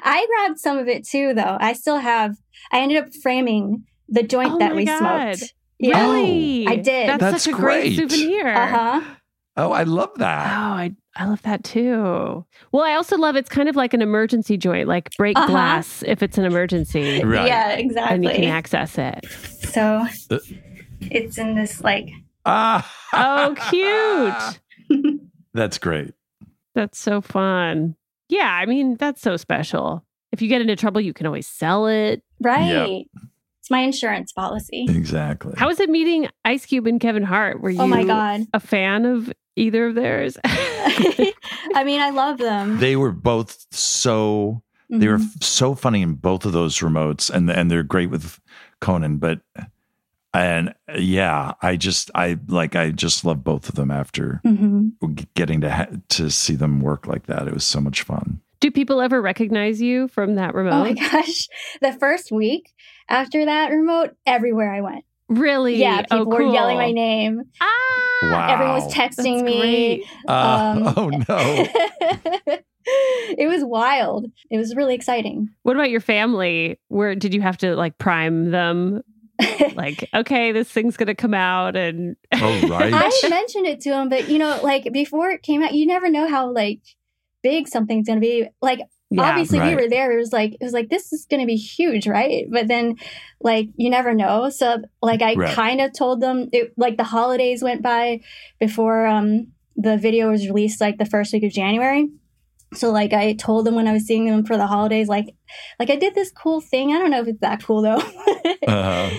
I grabbed some of it too though. I still have I ended up framing the joint Oh that my we God. smoked. Really? I did. That's, That's such a great, great. souvenir. Uh-huh. Oh, I love Oh, that. I I love that too. Well, I also love it's kind of like an emergency joint, like break Uh-huh. glass if it's an emergency Right. [LAUGHS] Yeah, and you can exactly. access it. So Uh. it's in this like Ah. Oh, [LAUGHS] cute. That's great. That's so fun. Yeah, I mean, that's so special. If you get into trouble, you can always sell it. Right. It's my insurance policy. Exactly. How was it meeting Ice Cube and Kevin Hart? Were you Oh my God. a fan of either [LAUGHS] of theirs? [LAUGHS] I mean, I love them. they were both so they were Mhm. f- so funny in both of those remotes and and they're great with conan but and uh, yeah i just i like i just love both of them after Mhm. getting to ha- to see them work like that it was so much fun Do people ever recognize you from that remote? Oh [LAUGHS] my gosh. The first week after that remote, everywhere I went. Really? Yeah, people oh, were yelling my cool. name. Ah, wow Everyone was that's texting great. me. um, Uh, [LAUGHS] oh [LAUGHS] no it was wild. It was really exciting. What about your family? Where did you have to like [LAUGHS] prime them? Like, okay, this thing's gonna come out, and oh right I mentioned it to him, but you know, like before it came out, you never know how like big something's gonna be. Like [LAUGHS] [LAUGHS] yeah, obviously [LAUGHS] Right. we were there it was like it was like this is going to be huge right but then like you never know so like i Right. kind of told them it like the holidays went by before um the video was released like the first week of january so like i told them when i was seeing them for the holidays like like i did this cool thing i don't know if it's that cool though [LAUGHS] Uh,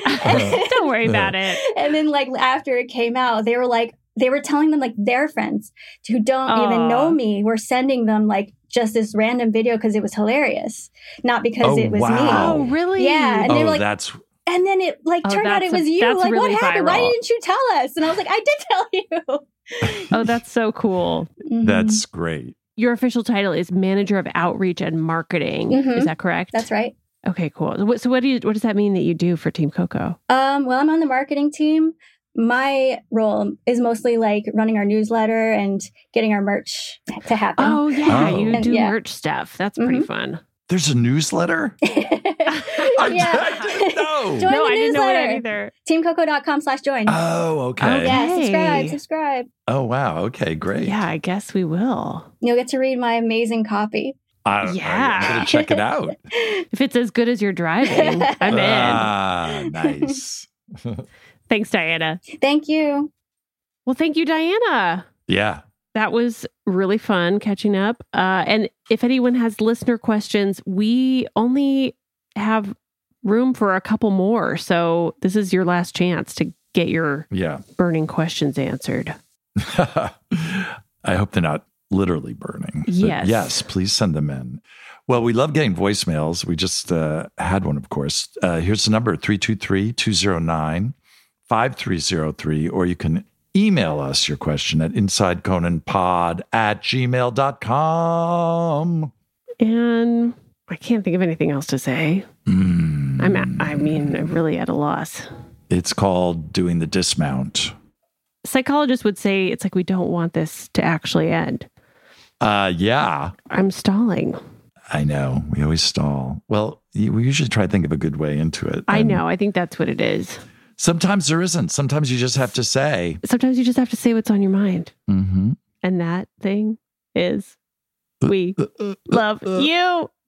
don't worry about it. and then like after it came out they were like they were telling them like their friends who don't even Aw. know me were sending them like just this random video because it was hilarious not because Oh, it was wow. me Oh, really? Yeah, and they oh were like- that's and then it like Oh, turned out it that's a- was you that's like really what happened why viral. didn't you tell us and i was like i did tell oh, that's so cool. you Mhm. that's great Your official title is manager of outreach and marketing. Mhm. Is that correct? that's right Okay, cool. So what, so what do you? What does that mean that you do for Team Coco? um well i'm on the marketing team my role is mostly like running our newsletter and getting our merch to happen Oh yeah, Oh. you And- do yeah. Mm-hmm. [LAUGHS] merch stuff. That's pretty fun. There's a newsletter? [LAUGHS] I, Yeah. I didn't [LAUGHS] know. Join no, the I didn't know that newsletter. either. Teamcoco.com slash join. Uh, Oh, okay. Yeah, Okay. subscribe, subscribe. Oh, wow. Okay, great. Yeah, I guess we will. You'll get to read my amazing copy. I, Yeah. I, am going to check it out. If it's as good as [LAUGHS] you're driving, [LAUGHS] I'm in. Ah, nice. Thanks, Diana. Thank you. Well, thank you, Diana. yeah. That was really fun catching up. Uh, and if anyone has listener questions, we only have room for a couple more. So this is your last chance to get your Yeah. [LAUGHS] burning questions answered. I hope they're not literally burning. but Yes. Yes, please send them in. Well, we love getting voicemails. We just uh, had one, of course. Uh, here's the number 323 209 5303, or you can email us your question at insideconanpod at gmail.com. And I can't think of anything else to say. Mm. I'm, at, I mean, I'm really at a loss. It's called Doing the Dismount. Psychologists would say it's like we don't want this to actually end. Uh, yeah. I'm stalling. I know. We always stall. Well, y- we usually try to think of a good way into it. I and know. I think that's what it is. Sometimes there isn't. Sometimes you just have to say, Sometimes you just have to say what's on your mind. mm-hmm. And that thing is we love you. [LAUGHS]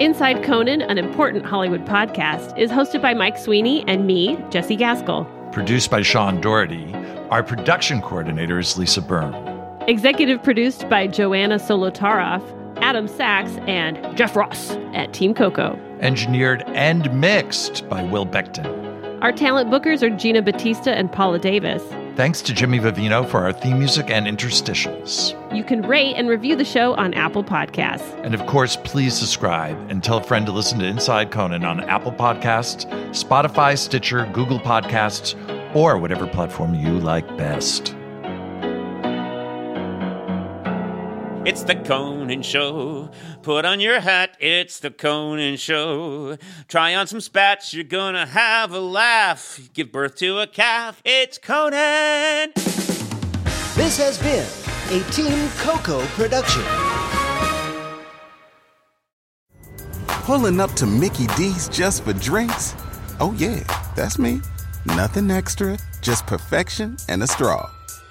Inside Conan, an important Hollywood podcast, is hosted by Mike Sweeney and me, Jesse Gaskell. Produced by Sean Doherty. Our production coordinator is Lisa Byrne. Executive produced by Joanna Solotaroff, Adam Sachs, and Jeff Ross at Team Coco. Engineered and mixed by Will Beckton. Our talent bookers are Gina Batista and Paula Davis. Thanks to Jimmy Vivino for our theme music and interstitials. You can rate and review the show on Apple Podcasts. And of course, please subscribe and tell a friend to listen to Inside Conan on Apple Podcasts, Spotify, Stitcher, Google Podcasts, or whatever platform you like best. It's the Conan Show. Put on your hat. It's the Conan Show. Try on some spats. You're gonna have a laugh. Give birth to a calf. It's Conan. This has been a Team Coco production. Pulling up to Mickey D's just for drinks? Oh, yeah, that's me. Nothing extra, just perfection and a straw.